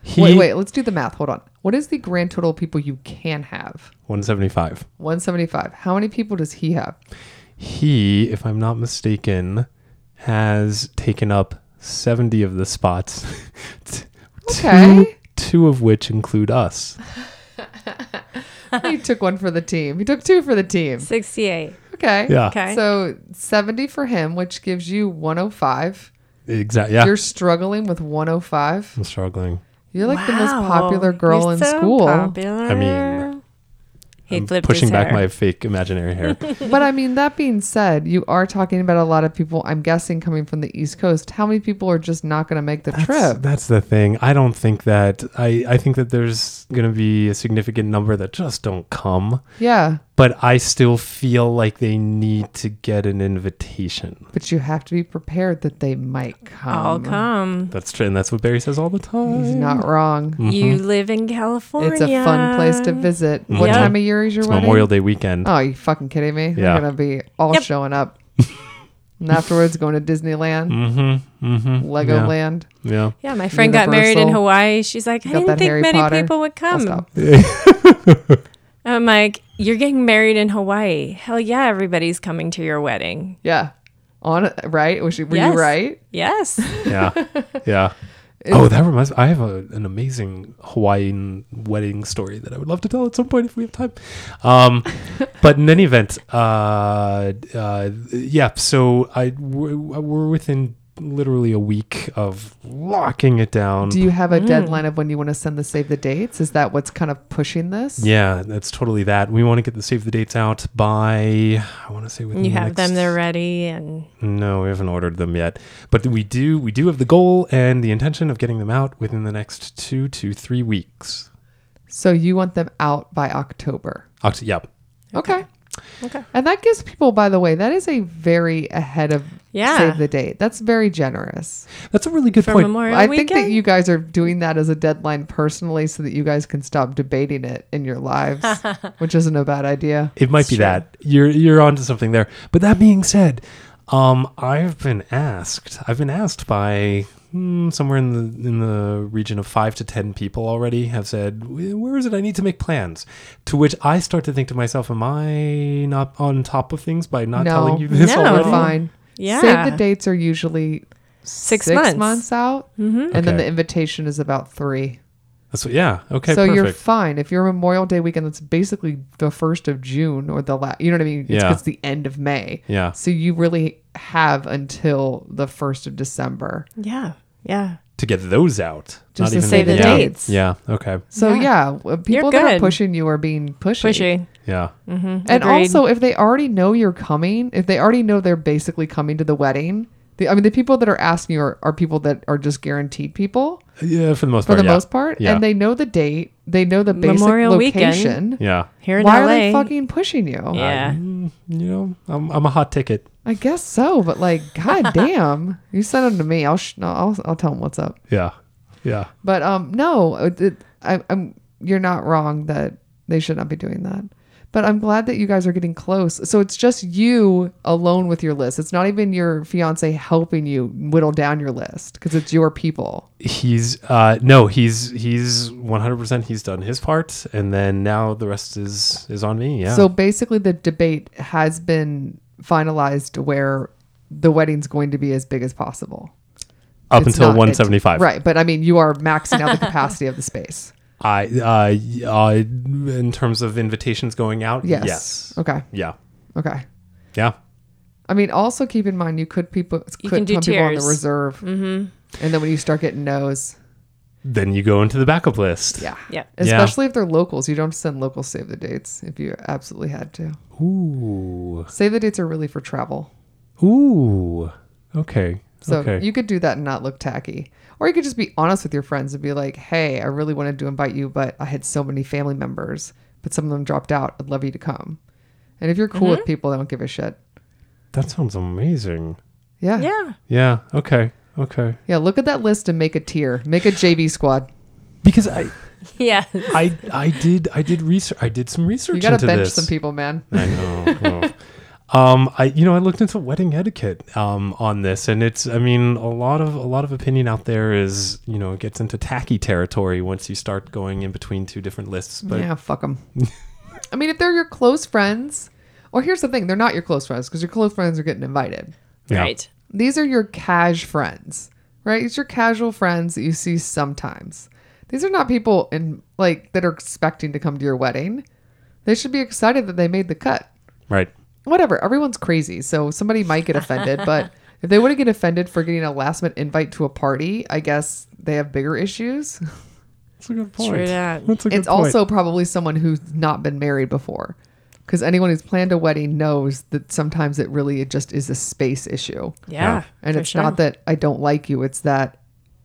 Speaker 4: He,
Speaker 2: wait, wait, let's do the math. Hold on. What is the grand total of people you can have?
Speaker 4: 175.
Speaker 2: 175. How many people does he have?
Speaker 4: He, if I'm not mistaken, has taken up 70 of the
Speaker 2: [laughs]
Speaker 4: spots. T-
Speaker 2: Okay.
Speaker 4: Two, two of which include us.
Speaker 2: he took one for the team. He took two for the team.
Speaker 3: 68.
Speaker 2: Okay.
Speaker 4: Yeah.
Speaker 3: Okay.
Speaker 2: So 70 for him, which gives you 105.
Speaker 4: Exactly. Yeah.
Speaker 2: You're struggling with 105.
Speaker 4: I'm struggling.
Speaker 2: You're like the most
Speaker 3: Wow.
Speaker 2: popular girl
Speaker 3: You're
Speaker 2: in
Speaker 3: so
Speaker 2: school.
Speaker 3: Popular.
Speaker 4: I mean,
Speaker 3: he
Speaker 4: I'm
Speaker 3: flipped
Speaker 4: pushing
Speaker 3: his
Speaker 4: back
Speaker 3: hair.
Speaker 4: my fake
Speaker 2: [laughs]
Speaker 4: imaginary hair.
Speaker 2: But I mean, that being said, you are talking about a lot of people, I'm guessing, coming from the East Coast. How many people are just not going to make the
Speaker 4: That's,
Speaker 2: trip?
Speaker 4: that's the thing. I don't think that I, I think that there's going to be a significant number that just don't come,
Speaker 2: Yeah.
Speaker 4: but I still feel like they need to get an invitation.
Speaker 2: But you have to be prepared that they might come.
Speaker 3: I'll come.
Speaker 4: That's true. And that's what Barry says all the time.
Speaker 2: He's not wrong.
Speaker 4: Mm-hmm.
Speaker 3: You live in California.
Speaker 2: It's a fun place to visit. What
Speaker 3: Yeah.
Speaker 2: time of year is your
Speaker 4: It's
Speaker 2: wedding?
Speaker 4: Memorial Day weekend.
Speaker 2: Oh, you fucking kidding me?
Speaker 4: Yeah.
Speaker 2: We're gonna be all
Speaker 3: Yep.
Speaker 2: showing up. and afterwards going to Disneyland,
Speaker 4: mm-hmm. Mm-hmm.
Speaker 2: Legoland.
Speaker 4: Yeah.
Speaker 3: Yeah, my friend got married in
Speaker 2: Universal.
Speaker 3: Hawaii. She's like, I
Speaker 2: Got
Speaker 3: didn't
Speaker 2: that
Speaker 3: think
Speaker 2: Harry
Speaker 3: many
Speaker 2: Potter.
Speaker 3: people would
Speaker 2: I'll
Speaker 3: come.
Speaker 2: stop.
Speaker 3: I'm like, you're getting married in Hawaii. Hell yeah, everybody's coming to your wedding.
Speaker 2: Yeah. On right? Was you, were
Speaker 3: Yes.
Speaker 2: you right? [laughs]
Speaker 3: Yes.
Speaker 4: Yeah. yeah. Oh, that reminds me. I have a, an amazing Hawaiian wedding story that I would love to tell at some point if we have time.
Speaker 2: [laughs]
Speaker 4: Um, but in any event, uh, uh, yeah. So I we're, we're within literally a week of locking it down.
Speaker 2: Do you have
Speaker 3: Mm.
Speaker 2: a deadline of when you want to send the save the dates? Is that what's kind of pushing this?
Speaker 4: yeah, that's totally that. We want to get the save the dates out by I want to say within
Speaker 3: you
Speaker 4: the
Speaker 3: have them
Speaker 4: next-
Speaker 3: there ready and
Speaker 4: No, we haven't ordered them yet, but we do. We do have the goal and the intention of getting them out within the next two to three weeks.
Speaker 2: So you want them out by October.
Speaker 4: Oct- yeah,
Speaker 2: Okay.
Speaker 3: Okay.
Speaker 2: And that gives people, by the way, that is a very ahead of
Speaker 3: Yeah.
Speaker 2: save the date. That's very generous.
Speaker 4: that's a really good
Speaker 3: for
Speaker 4: point.
Speaker 3: Memorial
Speaker 2: I
Speaker 3: Weekend.
Speaker 2: think that you guys are doing that as a deadline personally so that you guys can stop debating it in
Speaker 3: [laughs]
Speaker 2: your lives, which isn't a bad idea.
Speaker 4: It might be that you're you're onto something there. But that being said, um, I've been asked. I've been asked by hmm, somewhere in the in the region of five to ten people already have said, "Wh- "Where is it? I need to make plans." To which I start to think to myself, "Am I not on top of things by not
Speaker 2: No.
Speaker 4: telling you this
Speaker 3: No.
Speaker 2: We're
Speaker 4: already?"
Speaker 2: fine.
Speaker 3: yeah.
Speaker 2: Save the dates are usually six,
Speaker 3: months. Mm-hmm.
Speaker 2: out, and then
Speaker 4: Okay.
Speaker 2: the invitation is about three.
Speaker 4: That's what, yeah. Okay.
Speaker 2: so
Speaker 4: perfect.
Speaker 2: you're fine if you're Memorial Day weekend. That's basically the first of June or the last. You know what I mean? It's,
Speaker 4: Yeah.
Speaker 2: it's the end of May.
Speaker 4: Yeah.
Speaker 2: So you really have until the first of December.
Speaker 3: Yeah. Yeah.
Speaker 4: to get those out.
Speaker 2: Just to
Speaker 4: even-
Speaker 2: say the
Speaker 4: yeah.
Speaker 3: dates.
Speaker 4: Yeah. Okay.
Speaker 2: So
Speaker 3: Yeah.
Speaker 2: yeah, w- people that are
Speaker 3: good.
Speaker 2: pushing you are being pushy.
Speaker 3: Pushy.
Speaker 4: Yeah.
Speaker 2: And
Speaker 3: Agreed.
Speaker 2: also, if they already know you're coming, if they already know they're basically coming to the wedding, the, I mean, the people that are asking you are, are people that are just guaranteed people
Speaker 4: Yeah. For the most
Speaker 2: for
Speaker 4: part.
Speaker 2: the
Speaker 4: yeah.
Speaker 2: most part,
Speaker 4: Yeah.
Speaker 2: and they know the date, they know the basic
Speaker 3: Memorial weekend.
Speaker 2: location.
Speaker 4: yeah.
Speaker 3: Here in
Speaker 2: Why
Speaker 3: LA.
Speaker 2: are they fucking pushing you?
Speaker 3: yeah.
Speaker 4: Mm, you know, I'm, I'm a hot ticket.
Speaker 2: I guess so, but like,
Speaker 3: [laughs]
Speaker 2: god damn, you send them to me. I'll sh- no, I'll I'll tell them what's up.
Speaker 4: Yeah. Yeah.
Speaker 2: But um, no, it, it, I, I'm you're not wrong that they should not be doing that. But I'm glad that you guys are getting close. So it's just you alone with your list. It's not even your fiance helping you whittle down your list because it's your people.
Speaker 4: He's uh no, he's he's 100% he's done his part and then now the rest is is on me. Yeah.
Speaker 2: So basically, the debate has been finalized where the wedding's going to be as big as possible.
Speaker 4: up
Speaker 2: It's
Speaker 4: until
Speaker 2: not- it's-
Speaker 4: 175.
Speaker 2: Right. But I mean, you are maxing out the capacity of the space.
Speaker 4: I uh, y- uh in terms of invitations going out.
Speaker 2: Yes.
Speaker 4: [laughs] yes.
Speaker 2: Okay.
Speaker 4: Yeah.
Speaker 2: Okay.
Speaker 4: Yeah.
Speaker 2: I mean, also keep in mind you could people could
Speaker 3: You can do
Speaker 2: put people on the
Speaker 3: tiers.
Speaker 2: reserve, mm-hmm. and then when you start getting no's,
Speaker 4: Then you go into the backup list.
Speaker 2: yeah,
Speaker 3: Yeah.
Speaker 2: especially if they're locals, you don't send locals save the dates if you absolutely had to.
Speaker 4: Ooh.
Speaker 2: Save the dates are really for travel,
Speaker 4: Ooh. Okay.
Speaker 2: so
Speaker 4: okay.
Speaker 2: you could do that and not look tacky, or you could just be honest with your friends and be like, "Hey, I really wanted to invite you, but I had so many family members, but some of them dropped out. I'd love you to come." And if you're cool
Speaker 3: Mm-hmm.
Speaker 2: with people, they don't give a shit.
Speaker 4: that sounds amazing.
Speaker 2: Yeah. yeah,
Speaker 3: Yeah.
Speaker 4: Yeah. Okay. Okay.
Speaker 2: yeah. Look at that list and make a tier, make a JV squad.
Speaker 4: Because I
Speaker 3: Yeah.
Speaker 4: I I did I did research I did some research
Speaker 2: You gotta
Speaker 4: into
Speaker 2: bench
Speaker 4: this.
Speaker 2: some people, man.
Speaker 4: I know. oh. [laughs] um, I you know I looked into wedding etiquette um, on this, and it's I mean a lot of a lot of opinion out there is you know it gets into tacky territory once you start going in between two different lists. But
Speaker 2: yeah, fuck them. [laughs] I mean, if they're your close friends, or here's the thing, they're not your close friends because your close friends are getting invited.
Speaker 4: Yeah.
Speaker 3: Right.
Speaker 2: These are your cash friends, right? These are casual friends that you see sometimes. These are not people in like that are expecting to come to your wedding. They should be excited that they made the cut.
Speaker 4: right.
Speaker 2: Whatever, everyone's crazy, so somebody might get offended, [laughs] but if they wouldn't get offended for getting a last minute invite to a party, I guess they have bigger issues.
Speaker 4: That's a good
Speaker 3: True
Speaker 4: point.
Speaker 3: that.
Speaker 4: That's a good
Speaker 2: it's
Speaker 4: point.
Speaker 2: also probably someone who's not been married before because anyone who's planned a wedding knows that sometimes it really it just is a space issue
Speaker 3: Yeah.
Speaker 2: and
Speaker 3: for
Speaker 2: it's
Speaker 3: sure.
Speaker 2: not that i don't like you it's that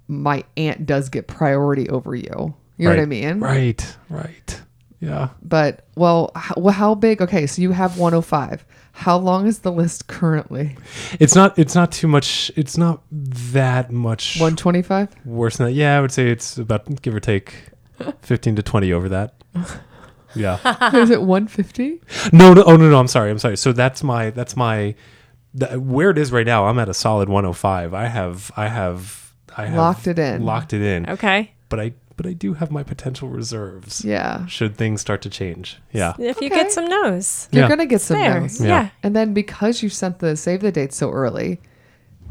Speaker 2: my aunt does get priority over you you know what i
Speaker 4: Right.
Speaker 2: mean
Speaker 4: right. Right. Yeah.
Speaker 2: but well how, well how big okay so you have 105 how long is the list
Speaker 4: [sighs]
Speaker 2: currently
Speaker 4: It's not. It's not too much. It's not that much [laughs]
Speaker 2: 125
Speaker 4: worse than that. Yeah, I would say it's about give or take fifteen to twenty over that. Yeah.
Speaker 2: is it 150
Speaker 4: No, no, oh no, no. I'm sorry. I'm sorry. So that's my that's my th- where it is right now. I'm at a solid 105. I have I have I have
Speaker 2: Locked it in.
Speaker 4: Locked it in.
Speaker 3: Okay.
Speaker 4: But I but I do have my potential reserves.
Speaker 2: yeah
Speaker 4: Should things start to change. Yeah.
Speaker 3: If you
Speaker 2: Okay.
Speaker 3: get some no's.
Speaker 2: you're
Speaker 4: Yeah.
Speaker 2: gonna get some
Speaker 3: There.
Speaker 2: no's.
Speaker 3: Yeah.
Speaker 4: Yeah.
Speaker 2: And then because you sent the save the date so early,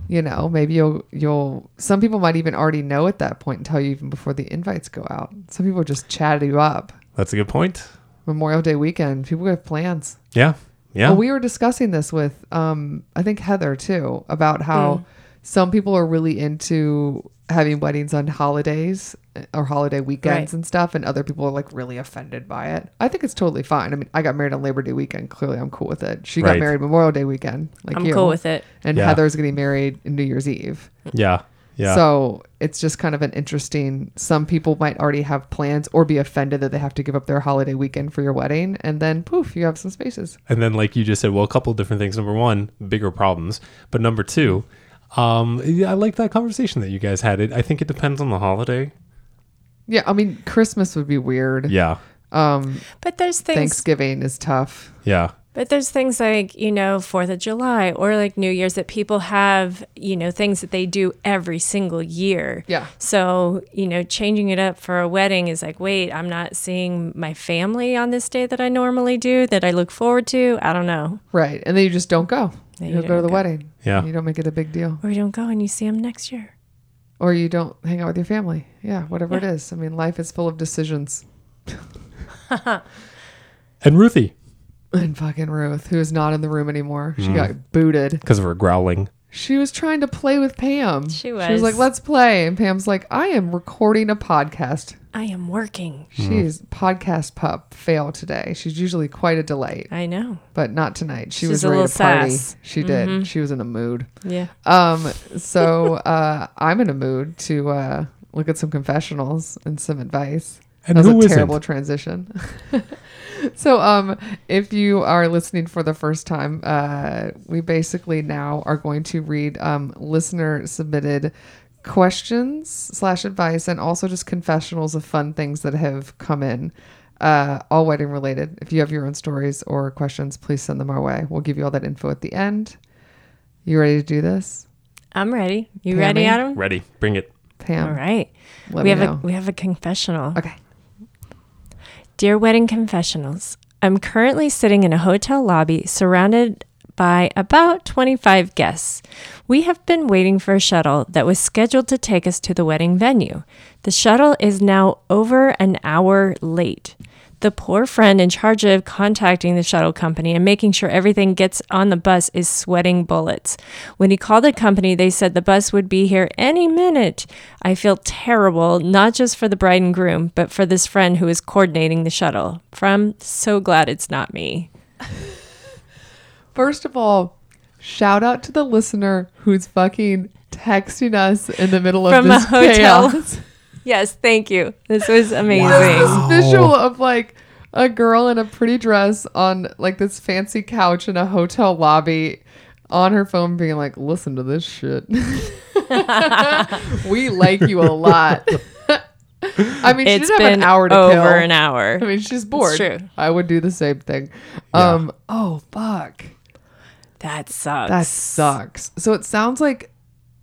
Speaker 2: you know, maybe you'll you'll some people might even already know at that point and tell you even before the invites go out. Some people just chatted you up.
Speaker 4: That's a good point.
Speaker 2: Memorial Day weekend, people have plans.
Speaker 4: Yeah. Yeah.
Speaker 2: Well, we were discussing this with um I think Heather too about how
Speaker 3: Mm.
Speaker 2: some people are really into having weddings on holidays uh, or holiday weekends
Speaker 3: Right.
Speaker 2: and stuff and other people are like really offended by it. I think it's totally fine. I mean, I got married on Labor Day weekend. Clearly, I'm cool with it. She got
Speaker 4: Right.
Speaker 2: married Memorial Day weekend. Like
Speaker 3: I'm
Speaker 2: you
Speaker 3: cool with it.
Speaker 2: and
Speaker 4: Yeah.
Speaker 2: Heather's getting married in New Year's Eve.
Speaker 4: yeah. Yeah.
Speaker 2: So it's just kind of an interesting. Some people might already have plans or be offended that they have to give up their holiday weekend for your wedding, and then poof, you have some spaces.
Speaker 4: And then, like you just said, well, a couple different things. Number one, bigger problems, but number two, um, yeah, I like that conversation that you guys had. It, I think it depends on
Speaker 2: [laughs]
Speaker 4: the holiday.
Speaker 2: Yeah, I mean Christmas would be weird.
Speaker 4: Yeah,
Speaker 2: Um,
Speaker 3: But there's things
Speaker 2: Thanksgiving is tough.
Speaker 4: yeah,
Speaker 3: But there's things like, you know, 4th of July or like New Year's that people have, you know, things that they do every single year.
Speaker 2: Yeah.
Speaker 3: So, you know, changing it up for a wedding is like, wait, I'm not seeing my family on this day that I normally do that I look forward to. I don't know.
Speaker 2: Right, and then you just don't go.
Speaker 3: Then
Speaker 2: you
Speaker 3: you
Speaker 2: don't go to
Speaker 3: don't
Speaker 2: the
Speaker 3: go.
Speaker 2: wedding.
Speaker 4: Yeah.
Speaker 2: you don't make it a big deal,
Speaker 3: Or you don't go and you see them next year.
Speaker 2: or you don't hang out with your family. Yeah, whatever it is. I mean, life is full of decisions.
Speaker 4: and Ruthie
Speaker 2: And fucking Ruth, who is not in the room anymore,
Speaker 4: Mm.
Speaker 2: she got booted.
Speaker 4: because of her growling.
Speaker 2: She was trying to play with Pam.
Speaker 3: She
Speaker 2: She was
Speaker 3: was.
Speaker 2: like, "Let's play," and Pam's like, "I am recording a podcast."
Speaker 3: I am working.
Speaker 4: Mm.
Speaker 2: She's podcast pup fail today. She's usually quite a delight,
Speaker 3: I know.
Speaker 2: but not tonight. She
Speaker 3: She's
Speaker 2: was
Speaker 3: a
Speaker 2: ready
Speaker 3: little
Speaker 2: to party.
Speaker 3: sass. Mm-hmm.
Speaker 2: She did. She was in a mood.
Speaker 3: Yeah.
Speaker 2: Um, so uh, I'm in a mood to uh, look at some confessionals and some advice.
Speaker 4: And
Speaker 2: that was
Speaker 4: who
Speaker 2: a
Speaker 4: isn't?
Speaker 2: terrible transition. [laughs] so um, if you are listening for the first time, uh, we basically now are going to read um, listener submitted questions slash advice and also just confessionals of fun things that have come in. Uh, all wedding related. If you have your own stories or questions, please send them our way. We'll give you all that info at the end. You ready to do this?
Speaker 3: I'm ready. You ready,
Speaker 2: Pammy?
Speaker 3: Adam?
Speaker 4: Ready? Bring it.
Speaker 2: Pam.
Speaker 3: All right. we
Speaker 2: Let me
Speaker 3: have a
Speaker 2: know.
Speaker 3: we have a confessional.
Speaker 2: Okay.
Speaker 3: Dear Wedding Confessionals, I'm currently sitting in a hotel lobby surrounded by about 25 guests. We have been waiting for a shuttle that was scheduled to take us to the wedding venue. The shuttle is now over an hour late. The poor friend in charge of contacting the shuttle company and making sure everything gets on the bus is sweating bullets. When he called the company, they said the bus would be here any minute. I feel terrible, not just for the bride and groom, but for this friend who is coordinating the shuttle. From so glad it's not me.
Speaker 2: First of all, shout out to the listener who's fucking texting us in the middle of
Speaker 3: From a
Speaker 2: this
Speaker 3: hotel.
Speaker 2: chaos.
Speaker 3: [laughs]
Speaker 2: [laughs]
Speaker 3: Yes, thank you. This was amazing.
Speaker 4: Wow.
Speaker 2: this visual of like a girl in a pretty dress on like this fancy couch in a hotel lobby on her phone being like listen to this shit [laughs] we like you a lot [laughs] i mean she
Speaker 3: It's
Speaker 2: didn't have
Speaker 3: been
Speaker 2: an hour to
Speaker 3: over
Speaker 2: kill
Speaker 3: an hour.
Speaker 2: i mean she's bored
Speaker 3: true.
Speaker 2: i would do the same thing um oh fuck
Speaker 3: That sucks.
Speaker 2: that sucks so it sounds like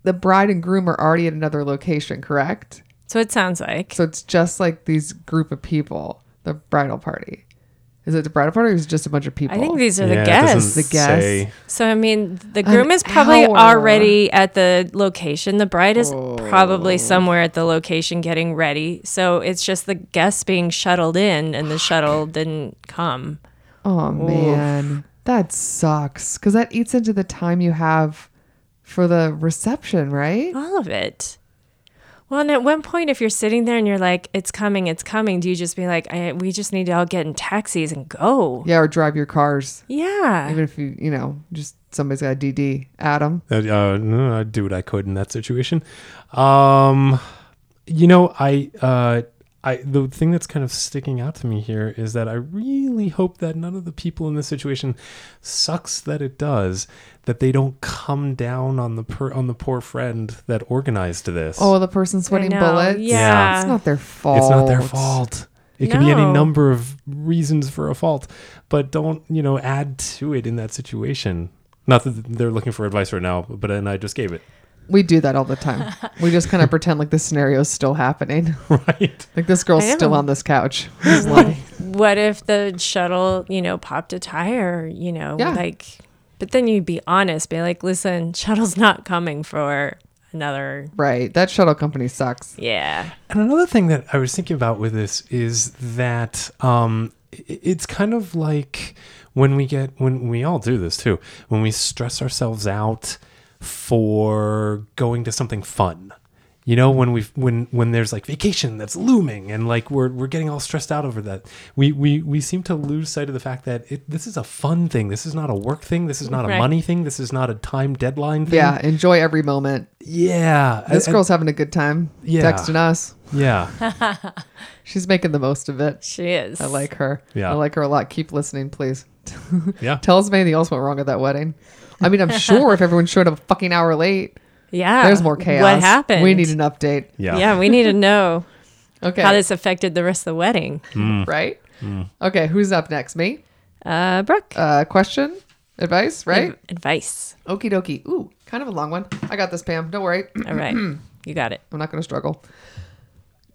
Speaker 2: the bride and groom are already at another location correct
Speaker 3: so it sounds like.
Speaker 2: So it's just like these group of people, the bridal party. Is it the bridal party or is it just a bunch of people?
Speaker 3: I think these are
Speaker 4: Yeah,
Speaker 3: the
Speaker 4: it doesn't
Speaker 3: guests.
Speaker 2: The guests.
Speaker 4: say-
Speaker 3: So I mean, the groom is probably
Speaker 2: hour.
Speaker 3: already at the location. The bride is
Speaker 2: Oh.
Speaker 3: probably somewhere at the location getting ready. So it's just the guests being shuttled in, and the shuttle
Speaker 2: [sighs]
Speaker 3: didn't come.
Speaker 2: oh man, that sucks because that eats into the time you have for the reception, right?
Speaker 3: All of it. Well, and at one point, if you're sitting there and you're like, "It's coming, it's coming," do you just be like, I, "We just need to all get in taxis and go"?
Speaker 2: Yeah, or drive your cars.
Speaker 3: Yeah.
Speaker 2: Even if you, you know, just somebody's got a DD. Adam,
Speaker 4: Uh, uh, no, I'd do what I could in that situation. Um, you know, I, uh, I, the thing that's kind of sticking out to me here is that I really hope that none of the people in this situation sucks that it does that they don't come down on the per, on the poor friend that organized this.
Speaker 2: oh, the person sweating
Speaker 3: know,
Speaker 2: bullets.
Speaker 3: yeah.
Speaker 2: it's not their fault.
Speaker 4: it's not their fault. It could be any
Speaker 3: No.
Speaker 4: number of reasons for a fault, but don't you know add to it in that situation. Not that they're looking for advice right now, but and I just gave it [laughs]
Speaker 2: We do that all the time. we just kind of pretend like the scenario's still happening.
Speaker 4: right.
Speaker 2: Like this girl's
Speaker 3: I
Speaker 2: still
Speaker 3: know.
Speaker 2: on this
Speaker 3: [laughs]
Speaker 2: couch. Just like-
Speaker 3: What if the shuttle, you know, popped a tire? You know,
Speaker 2: Yeah.
Speaker 3: like. But then you'd be honest, be like, "Listen, [laughs] shuttle's not coming for another
Speaker 2: right. That shuttle company sucks.
Speaker 3: Yeah.
Speaker 4: And another thing that I was thinking about with this is that um, i- it's kind of like when we get, when we all do this too, when we stress ourselves out for going to something fun. You know, when we when when there's like vacation that's looming and like we're we're getting all stressed out over that. We we we seem to lose sight of the fact that it, this is a fun thing. This is not a work thing. This is not a
Speaker 3: Right.
Speaker 4: money thing. This is not a time deadline thing.
Speaker 2: Yeah, enjoy every moment.
Speaker 4: Yeah.
Speaker 2: This
Speaker 4: I- I-
Speaker 2: girl's having a good time.
Speaker 4: Yeah.
Speaker 2: Texting us.
Speaker 4: yeah.
Speaker 2: She's making the most of it.
Speaker 3: She is.
Speaker 2: I like her.
Speaker 4: Yeah.
Speaker 2: I like her a lot. Keep listening, please.
Speaker 4: Yeah.
Speaker 2: Tell us if anything else went wrong at that wedding. I
Speaker 3: [laughs]
Speaker 2: mean, I'm sure if everyone showed up a fucking hour late,
Speaker 3: Yeah.
Speaker 2: there's more chaos.
Speaker 3: What happened?
Speaker 2: We need an update.
Speaker 4: Yeah.
Speaker 3: Yeah. we need to
Speaker 2: [laughs]
Speaker 3: know
Speaker 2: Okay.
Speaker 3: how this affected the rest of the wedding.
Speaker 4: Hmm. Mm.
Speaker 2: right? Okay, who's up next? Me?
Speaker 3: Uh, Brooke.
Speaker 2: Uh, question? Advice, right?
Speaker 3: Ad- advice.
Speaker 2: Okie dokie. Ooh, kind of a long one. I got this, Pam. Don't worry. [clears throat]
Speaker 3: All right. you got it.
Speaker 2: I'm not going to struggle.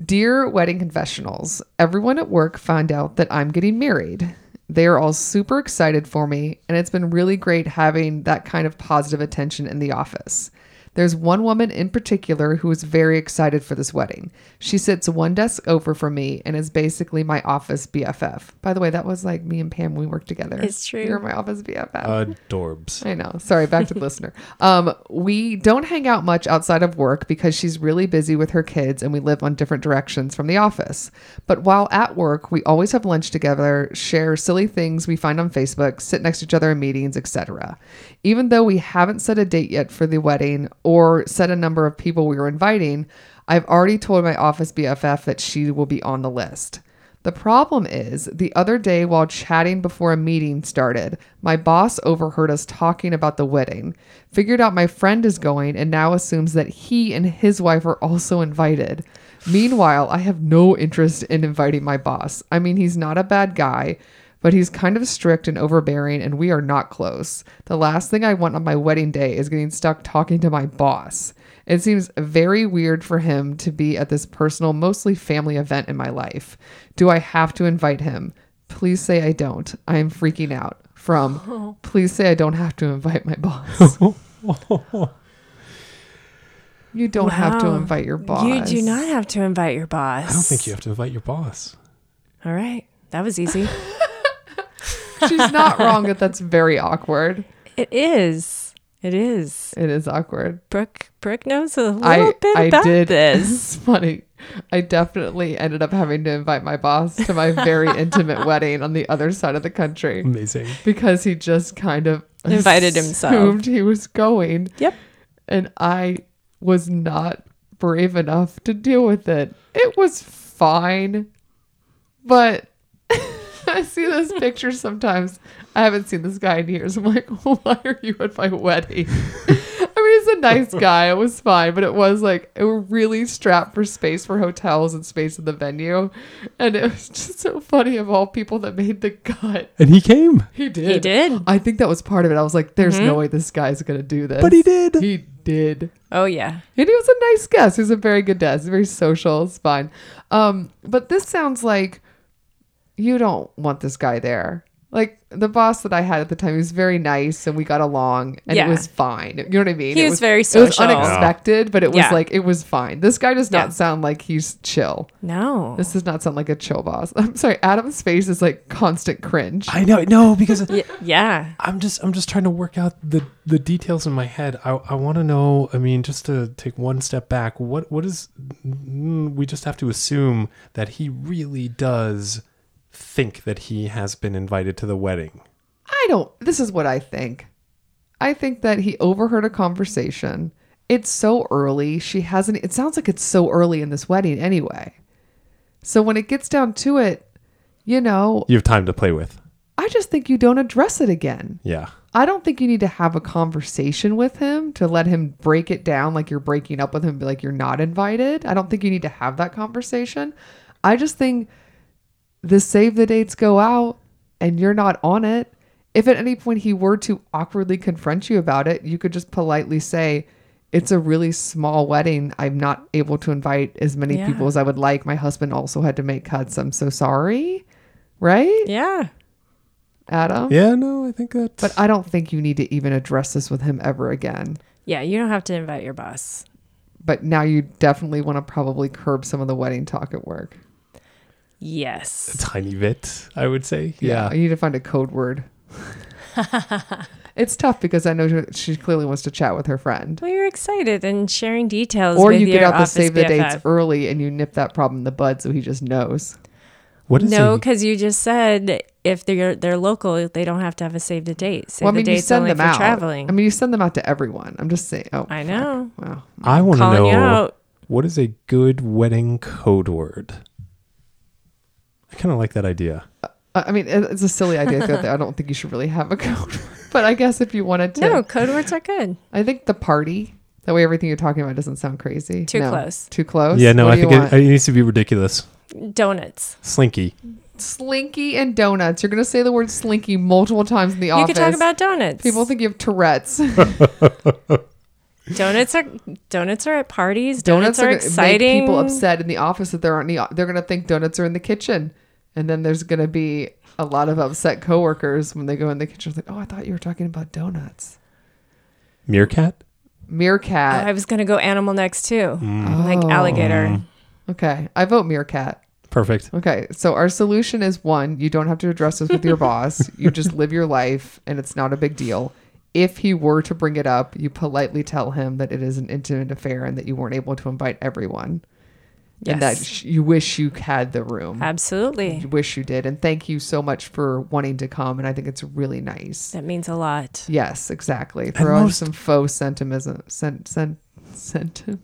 Speaker 2: Dear Wedding Confessionals, everyone at work found out that I'm getting married. They are all super excited for me, and it's been really great having that kind of positive attention in the office. There's one woman in particular who is very excited for this wedding. She sits one desk over from me and is basically my office BFF. By the way, that was like me and Pam when we worked together.
Speaker 3: It's true.
Speaker 2: You're my office BFF.
Speaker 4: Adorbs.
Speaker 2: I know. Sorry, back to the listener. [laughs] Um, we don't hang out much outside of work because she's really busy with her kids and we live on different directions from the office. But while at work, we always have lunch together, share silly things we find on Facebook, sit next to each other in meetings, etc. Even though we haven't set a date yet for the wedding or set a number of people we were inviting, I've already told my office BFF that she will be on the list. The problem is, the other day while chatting before a meeting started, my boss overheard us talking about the wedding, figured out my friend is going, and now assumes that he and his wife are also invited. Meanwhile, I have no interest in inviting my boss. I mean, he's not a bad guy, but he's kind of strict and overbearing, and we are not close. The last thing I want on my wedding day is getting stuck talking to my boss. It seems very weird for him to be at this personal, mostly family event in my life. Do I have to invite him? Please say I don't. I am freaking out.
Speaker 3: [laughs]
Speaker 2: from please say I don't have to invite my boss. you don't have to
Speaker 3: Wow.
Speaker 2: invite your boss.
Speaker 3: You do not have to invite your boss.
Speaker 4: I don't think you have to invite your boss.
Speaker 3: All right. That was
Speaker 2: [laughs]
Speaker 3: easy.
Speaker 2: [laughs] She's
Speaker 3: [laughs]
Speaker 2: not wrong that that's very awkward.
Speaker 3: it is. It is.
Speaker 2: It is awkward.
Speaker 3: Brooke Brooke knows a little
Speaker 2: I
Speaker 3: bit
Speaker 2: I
Speaker 3: about
Speaker 2: did
Speaker 3: this.
Speaker 2: [laughs] It's funny. I definitely ended up having to invite my boss to
Speaker 3: [laughs]
Speaker 2: my very intimate wedding on the other side of the country
Speaker 4: Amazing.
Speaker 2: because he just kind of
Speaker 3: Invited himself.
Speaker 2: assumed He was going.
Speaker 3: Yep.
Speaker 2: and I was not brave enough to deal with it. It was fine, but [laughs] I see those pictures sometimes. I haven't seen this guy in years. I'm like, [laughs] why are you at my wedding? [laughs] I mean, he's
Speaker 3: [laughs]
Speaker 2: a nice guy. It was fine, but it was like it were really strapped for space for hotels and space in the venue, and it was [laughs] just so funny of all people that made the cut.
Speaker 4: And he came.
Speaker 2: He did.
Speaker 3: He did.
Speaker 2: I think that was part of it. I was like, there's
Speaker 3: Mm-hmm.
Speaker 2: no way this guy's gonna do this.
Speaker 4: But he did.
Speaker 2: He did.
Speaker 3: Oh yeah.
Speaker 2: And he was a nice guest. He was a very good guest. Very social. It's fine. Um, but this sounds like you don't want this guy there. Like the boss that I had at the time, he was very nice, and we got along, and
Speaker 3: Yeah.
Speaker 2: it was fine. You know what I mean?
Speaker 3: He
Speaker 2: it
Speaker 3: was very
Speaker 2: It was
Speaker 3: social. Yeah.
Speaker 2: unexpected, but it was
Speaker 3: Yeah.
Speaker 2: like it was fine. This guy does not
Speaker 3: Yeah.
Speaker 2: sound like he's chill.
Speaker 3: No.
Speaker 2: This does not sound like a chill boss. [laughs] I'm sorry. Adam's face is like constant cringe.
Speaker 4: I know.
Speaker 3: [laughs]
Speaker 4: No, because
Speaker 3: Y- yeah.
Speaker 4: I'm just I'm just trying to work out the the details in my head. I I want to know. I mean, just to take one step back, what what is mm, we just have to assume that he really does think that he has been invited to the wedding.
Speaker 2: I don't. This is what I think. I think that he overheard a conversation. It's so early. She hasn't. It sounds like it's so early in this wedding anyway. So when it gets down to it, you know,
Speaker 4: You have time to play with.
Speaker 2: I just think you don't address it again.
Speaker 4: Yeah.
Speaker 2: I don't think you need to have a conversation with him to let him break it down like you're breaking up with him, be like you're not invited. I don't think you need to have that conversation. I just think the save the dates go out and you're not on it. If at any point he were to awkwardly confront you about it, you could just politely say, It's a really small wedding. I'm not able to invite as many
Speaker 3: Yeah.
Speaker 2: people as I would like. My husband also had to make cuts. I'm so sorry. Right,
Speaker 3: Yeah.
Speaker 2: Adam?
Speaker 4: Yeah. No, I think that.
Speaker 2: But I don't think you need to even address this with him ever again.
Speaker 3: Yeah, you don't have to invite your boss.
Speaker 2: But now you definitely want to probably curb some of the wedding talk at work.
Speaker 4: a
Speaker 3: Yes.
Speaker 4: tiny bit, I would say. Yeah.
Speaker 2: You need to find a code word. it's tough because I know she clearly wants to chat with her friend.
Speaker 3: Well, you're excited and sharing details.
Speaker 2: Or
Speaker 3: with
Speaker 2: you get
Speaker 3: your
Speaker 2: out the
Speaker 3: office
Speaker 2: save the dates
Speaker 3: BFF.
Speaker 2: early and you nip that problem in the bud so he just knows.
Speaker 4: What is
Speaker 3: No,
Speaker 4: he-
Speaker 3: because you just said if they're they're local, they don't have to have a save the date. Save
Speaker 2: Well, I mean,
Speaker 3: the
Speaker 2: you
Speaker 3: dates
Speaker 2: send
Speaker 3: only
Speaker 2: them
Speaker 3: for
Speaker 2: out.
Speaker 3: traveling.
Speaker 2: I mean, you send them out to everyone. I'm just saying. Oh,
Speaker 3: I know.
Speaker 2: wow.
Speaker 4: I want to
Speaker 3: Calling
Speaker 4: know
Speaker 3: you out.
Speaker 4: what is a good wedding code word. I kind of like that idea.
Speaker 2: I I mean, it- it's a silly idea. I feel like I don't think you should really have a [laughs] code. word. But I guess if you wanted to.
Speaker 3: No, code words are good.
Speaker 2: I think the party. That way, everything you're talking about doesn't sound crazy.
Speaker 3: Too
Speaker 2: No.
Speaker 3: close.
Speaker 2: Too close.
Speaker 4: Yeah, no,
Speaker 2: What
Speaker 4: I
Speaker 2: do you
Speaker 4: think it,
Speaker 2: want?
Speaker 4: it needs to be ridiculous.
Speaker 3: Donuts.
Speaker 4: Slinky.
Speaker 2: slinky and donuts. You're gonna say the word slinky multiple times in the
Speaker 3: You
Speaker 2: office.
Speaker 3: could talk about donuts.
Speaker 2: people think you have Tourette's. [laughs]
Speaker 3: donuts are donuts are at parties. Donuts,
Speaker 2: donuts
Speaker 3: are,
Speaker 2: are, gonna
Speaker 3: exciting.
Speaker 2: Make people upset in the office that they're on the. They're gonna think donuts are in the kitchen, and then there's gonna be a lot of upset coworkers when they go in the kitchen. Like, oh, I thought you were talking about donuts.
Speaker 4: Meerkat?
Speaker 3: Oh, I
Speaker 2: Meerkat.
Speaker 3: was gonna go animal next too,
Speaker 2: Oh.
Speaker 3: like alligator.
Speaker 2: Okay, I vote meerkat.
Speaker 4: Perfect.
Speaker 2: Okay, so our solution is one, you don't have to address this with your boss. You just live your life and it's not a big deal. If he were to bring it up, you politely tell him that it is an intimate affair and that you weren't able to invite everyone. And that
Speaker 3: Yes.
Speaker 2: sh- you wish you had the room.
Speaker 3: Absolutely,
Speaker 2: You wish you did. And thank you so much for wanting to come. And I think it's really nice.
Speaker 3: that means a lot.
Speaker 2: Yes, exactly. Throw in
Speaker 4: most-
Speaker 2: some faux sentimism. Sent, sent, sentim,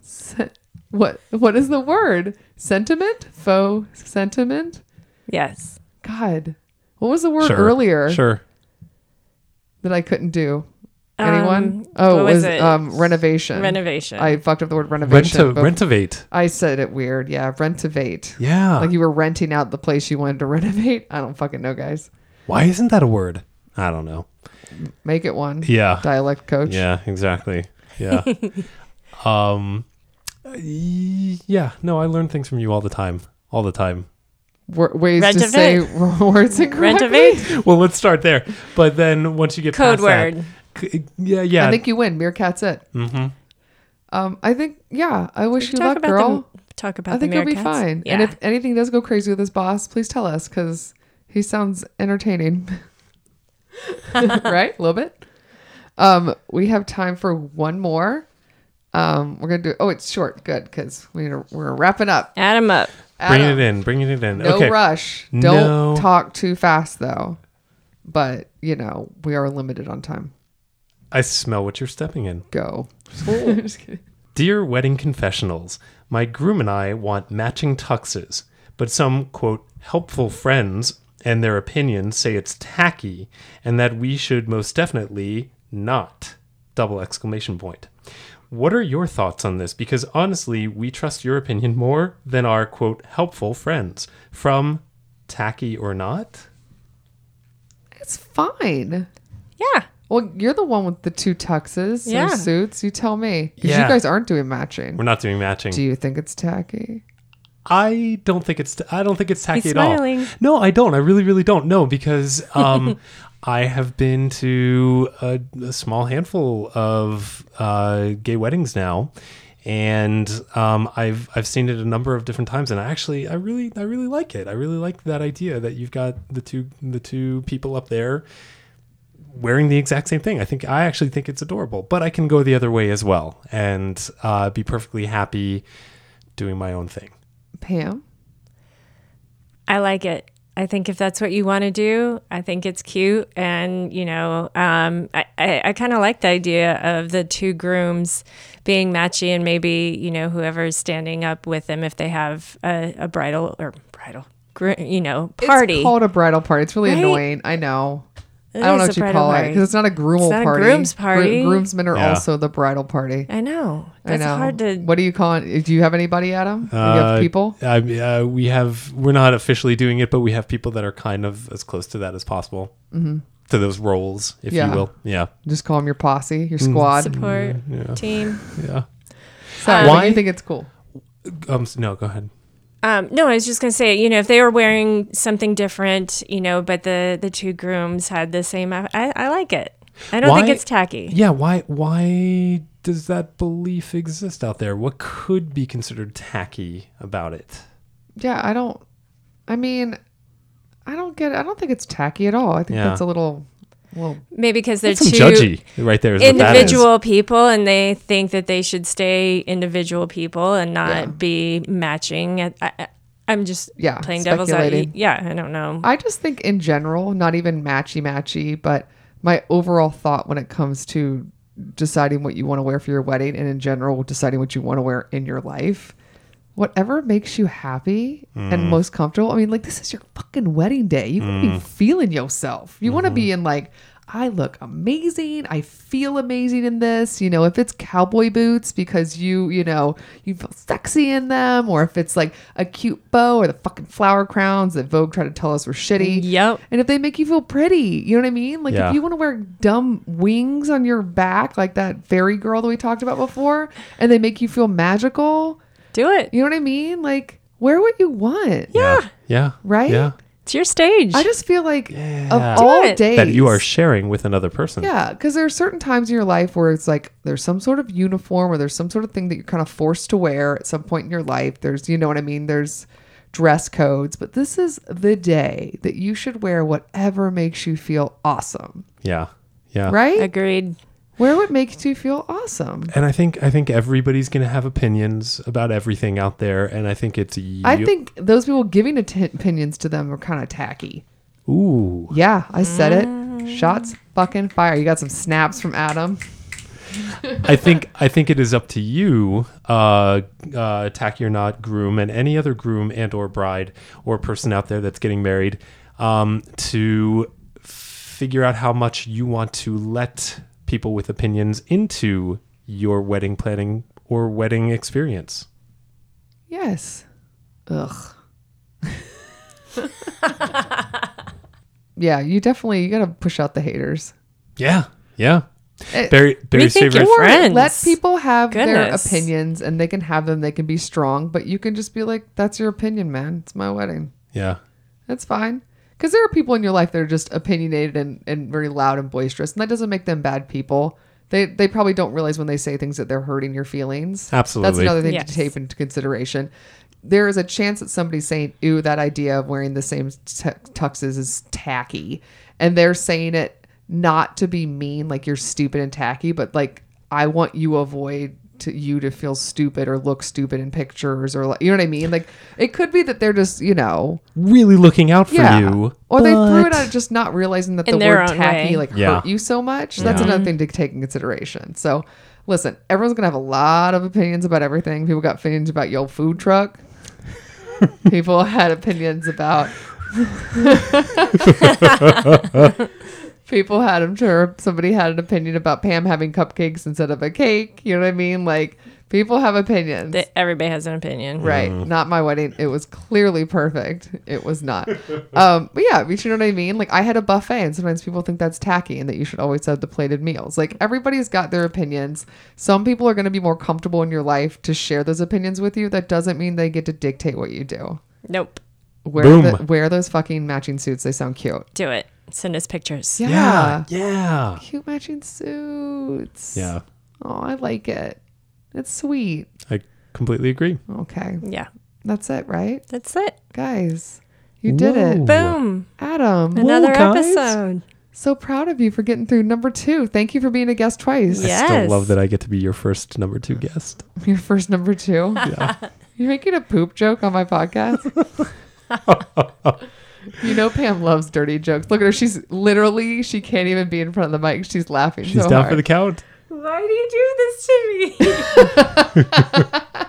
Speaker 2: sent, what, what is the word? Sentiment? Faux sentiment?
Speaker 3: Yes,
Speaker 2: God, what was the word
Speaker 4: Sure.
Speaker 2: earlier
Speaker 4: Sure.
Speaker 2: that I couldn't do?
Speaker 3: Um,
Speaker 2: Anyone? oh,
Speaker 3: what
Speaker 2: it
Speaker 3: was
Speaker 2: was
Speaker 3: it?
Speaker 2: um, renovation.
Speaker 3: renovation.
Speaker 2: I fucked up the word renovation.
Speaker 4: Rento-
Speaker 2: but
Speaker 4: rentivate.
Speaker 2: I said it weird. Yeah, rentivate.
Speaker 4: Yeah.
Speaker 2: Like you were renting out the place you wanted to renovate. I don't fucking know, guys.
Speaker 4: Why isn't that a word? I don't know.
Speaker 2: Make it one.
Speaker 4: Yeah.
Speaker 2: Dialect coach.
Speaker 4: Yeah, exactly.
Speaker 2: [laughs]
Speaker 4: Yeah.
Speaker 2: [laughs]
Speaker 4: um y- yeah, no, I learn things from you all the time. All the time.
Speaker 2: w- ways to
Speaker 3: Rentivate.
Speaker 2: say [laughs]
Speaker 3: [laughs]
Speaker 2: words incorrectly.
Speaker 3: Rentivate?
Speaker 4: Well, let's start there. But then once you get
Speaker 3: Code
Speaker 4: past that-
Speaker 3: word.
Speaker 4: c- yeah, yeah.
Speaker 2: I think you win. Meerkat's it.
Speaker 4: hmm
Speaker 2: Um, I think yeah. I wish you
Speaker 3: Talk
Speaker 2: luck,
Speaker 3: about
Speaker 2: girl.
Speaker 3: The, talk about
Speaker 2: I think
Speaker 3: the
Speaker 2: you'll be
Speaker 3: meerkats.
Speaker 2: fine.
Speaker 3: Yeah.
Speaker 2: And if anything does go crazy with his boss, please tell us because he sounds entertaining. [laughs] right? A little bit. Um, we have time for one more. Um, we're gonna do. Oh, it's short. Good because we need to- we're wrapping up.
Speaker 3: Add 'em up.
Speaker 4: Bring
Speaker 2: Adam,
Speaker 4: it in. Bring it in.
Speaker 2: No
Speaker 4: okay.
Speaker 2: rush. Don't
Speaker 4: No.
Speaker 2: talk too fast though. But you know we are limited on time.
Speaker 4: I smell what you're stepping in.
Speaker 2: Go. [laughs] Just kidding.
Speaker 4: Dear Wedding Confessionals, my groom and I want matching tuxes, but some, quote, helpful friends and their opinions say it's tacky and that we should most definitely not. Double exclamation point. What are your thoughts on this? Because honestly, we trust your opinion more than our, quote, helpful friends. From tacky or not?
Speaker 2: It's fine.
Speaker 3: Yeah.
Speaker 2: Well, you're the one with the two tuxes
Speaker 3: Yeah.
Speaker 2: or suits. You tell me. Because you
Speaker 4: Yeah.
Speaker 2: guys aren't doing matching.
Speaker 4: We're not doing matching.
Speaker 2: Do you think it's tacky?
Speaker 4: I don't think it's I don't think it's tacky
Speaker 3: He's
Speaker 4: at all.
Speaker 3: smiling.
Speaker 4: No, I don't. I really, really don't.
Speaker 3: [laughs]
Speaker 4: No, because um, I have been to a, a small handful of uh, gay weddings now, and um, I've I've seen it a number of different times, and I actually I really I really like it. I really like that idea that you've got the two the two people up there wearing the exact same thing. I think I actually think it's adorable, but I can go the other way as well and uh, be perfectly happy doing my own thing.
Speaker 2: Pam?
Speaker 3: I like it. I think if that's what you want to do, I think it's cute. And, you know, um, I, I, I kind of like the idea of the two grooms being matchy and maybe, you know, whoever's standing up with them if they have a, a bridal or bridal, gr- you know, party.
Speaker 2: It's called a bridal party. It's really
Speaker 3: Right?
Speaker 2: annoying. I know.
Speaker 3: It
Speaker 2: I don't know
Speaker 3: is
Speaker 2: what
Speaker 3: a
Speaker 2: you
Speaker 3: bridal
Speaker 2: call it
Speaker 3: party.
Speaker 2: because it's not a groomal
Speaker 3: not a
Speaker 2: party.
Speaker 3: groom's party.
Speaker 2: groomsmen are
Speaker 4: Yeah.
Speaker 2: also the bridal party.
Speaker 3: I know. That's
Speaker 2: I know.
Speaker 3: hard to.
Speaker 2: What do you call it? Do you have anybody, Adam? Do you
Speaker 4: Uh,
Speaker 2: have people?
Speaker 4: I, uh, we have. We're not officially doing it, but we have people that are kind of as close to that as possible,
Speaker 3: Mm-hmm.
Speaker 4: to those roles, if
Speaker 2: Yeah.
Speaker 4: you will. Yeah,
Speaker 2: Just call them your posse,
Speaker 4: Mm.
Speaker 2: your squad.
Speaker 3: Support
Speaker 4: yeah.
Speaker 3: team.
Speaker 4: yeah.
Speaker 2: Sorry,
Speaker 4: Why-
Speaker 2: why you think it's cool?
Speaker 4: Um. s- No, go ahead.
Speaker 3: Um, no, I was just gonna say, you know, if they were wearing something different, you know, but the the two grooms had the same, I, I, I like it. I don't think
Speaker 4: Why-
Speaker 3: it's tacky.
Speaker 4: Yeah. Why? Why does that belief exist out there? What could be considered tacky about it?
Speaker 2: Yeah, I don't. I mean, I don't get. I don't think it's tacky at all. I think
Speaker 4: Yeah.
Speaker 2: that's a little, little
Speaker 3: Maybe because they're
Speaker 4: Some
Speaker 3: two
Speaker 4: judgy right there. Is What
Speaker 3: individual people and they think that they should stay individual people and not
Speaker 2: Yeah.
Speaker 3: be matching. I, I, I'm just
Speaker 2: Yeah,
Speaker 3: playing devil's advocate.
Speaker 2: speculating.
Speaker 3: Yeah, I don't know.
Speaker 2: I just think in general, not even matchy matchy, but my overall thought when it comes to deciding what you want to wear for your wedding and in general deciding what you want to wear in your life, whatever makes you happy and most comfortable. I mean, like this is your fucking wedding day. You want to be feeling yourself. You want to be in like I look amazing. I feel amazing in this. You know, if it's cowboy boots because you, you know, you feel sexy in them, or if it's like a cute bow or the fucking flower crowns that Vogue tried to tell us were shitty.
Speaker 3: Yep.
Speaker 2: And if they make you feel pretty, you know what I mean? Like
Speaker 4: Yeah.
Speaker 2: if you want to wear dumb wings on your back, like that fairy girl that we talked about before, and they make you feel magical,
Speaker 3: Do it.
Speaker 2: you know what I mean? Like wear what you want.
Speaker 4: yeah. Yeah.
Speaker 2: Right?
Speaker 4: Yeah.
Speaker 3: It's your stage.
Speaker 2: I just feel like
Speaker 4: Yeah.
Speaker 2: of
Speaker 4: Do
Speaker 2: all
Speaker 3: it.
Speaker 2: days
Speaker 4: That you are sharing with another person.
Speaker 2: Yeah, because there are certain times in your life where it's like there's some sort of uniform or there's some sort of thing that you're kind of forced to wear at some point in your life. There's, you know what I mean? There's dress codes, but this is the day that you should wear whatever makes you feel awesome,
Speaker 4: Yeah. Yeah.
Speaker 2: right?
Speaker 3: Agreed.
Speaker 2: wear what makes you feel awesome.
Speaker 4: And I think I think everybody's going to have opinions about everything out there, and I think it's you.
Speaker 2: I think those people giving atten- opinions to them are kind of tacky.
Speaker 4: Ooh.
Speaker 2: Yeah, I said it. Shots fucking fire. You got some snaps from Adam.
Speaker 4: I think I think it is up to you, uh, uh, tacky or not, groom, and any other groom and or bride or person out there that's getting married, um, to figure out how much you want to let people with opinions into your wedding planning or wedding experience.
Speaker 2: Yes. Ugh. yeah, you definitely you gotta push out the haters.
Speaker 4: Yeah, yeah.
Speaker 2: Eh,
Speaker 4: Barry, Barry's
Speaker 3: think
Speaker 4: favorite.
Speaker 3: you're-
Speaker 2: Or
Speaker 3: Friends.
Speaker 2: Let people have
Speaker 3: Goodness.
Speaker 2: their opinions and they can have them, they can be strong, but you can just be like, That's your opinion, man. It's my wedding.
Speaker 4: Yeah.
Speaker 2: That's fine. Because there are people in your life that are just opinionated and, and very loud and boisterous, and that doesn't make them bad people. They, they probably don't realize when they say things that they're hurting your feelings. That's
Speaker 4: Absolutely.
Speaker 2: another thing
Speaker 3: Yes.
Speaker 2: to take into consideration. There is a chance that somebody's saying, ooh, that idea of wearing the same t- tuxes is tacky. And they're saying it not to be mean, like you're stupid and tacky, but like, I want you avoid to you to feel stupid or look stupid in pictures or like, you know what I mean? Like, it could be that they're just, you know,
Speaker 4: Really looking out for
Speaker 2: yeah.
Speaker 4: you.
Speaker 2: Or they threw it
Speaker 4: but-
Speaker 2: out just not realizing that
Speaker 3: In
Speaker 2: the
Speaker 3: their
Speaker 2: word
Speaker 3: own
Speaker 2: tacky
Speaker 3: way.
Speaker 2: like
Speaker 4: Yeah.
Speaker 2: hurt you so much. That's
Speaker 4: Yeah.
Speaker 2: another thing to take in consideration. So listen, everyone's gonna have a lot of opinions about everything. People got opinions about your food
Speaker 4: [laughs]
Speaker 2: truck. People had opinions about People had, I'm sure somebody had an opinion about Pam having cupcakes instead of a cake. You know what I mean? Like, people have opinions.
Speaker 3: That everybody has an opinion.
Speaker 2: Right.
Speaker 4: Mm.
Speaker 2: Not my wedding. It was clearly perfect. It was not. [laughs] um, but yeah, but you know what I mean? Like I had a buffet and sometimes people think that's tacky and that you should always have the plated meals. Like everybody's got their opinions. Some people are gonna be more comfortable in your life to share those opinions with you. That doesn't mean they get to dictate what you do.
Speaker 3: Nope.
Speaker 2: Wear
Speaker 4: Boom.
Speaker 2: the, wear those fucking matching suits. They sound cute.
Speaker 3: Do it. Send us pictures.
Speaker 2: Yeah.
Speaker 4: Yeah. Yeah.
Speaker 2: Cute matching suits.
Speaker 4: Yeah.
Speaker 2: Oh, I like it. It's sweet.
Speaker 4: I completely agree.
Speaker 2: Okay.
Speaker 3: Yeah.
Speaker 2: That's it, right?
Speaker 3: That's it.
Speaker 2: Guys, you did
Speaker 4: Whoa.
Speaker 2: it.
Speaker 3: Boom.
Speaker 2: Adam.
Speaker 3: Another
Speaker 4: guys.
Speaker 3: episode.
Speaker 2: So proud of you for getting through number two. Thank you for being a guest twice.
Speaker 3: Yeah.
Speaker 4: I still
Speaker 3: Yes.
Speaker 4: love that I get to be your first number two guest.
Speaker 2: [laughs] Your first number two.
Speaker 4: Yeah.
Speaker 2: You're making a poop joke on my podcast. you know Pam loves dirty jokes. Look at her. She's literally she can't even be in front of the mic. She's laughing.
Speaker 4: She's
Speaker 2: so
Speaker 4: down
Speaker 2: hard.
Speaker 4: for the count.
Speaker 3: Why do you do this to me?
Speaker 2: [laughs]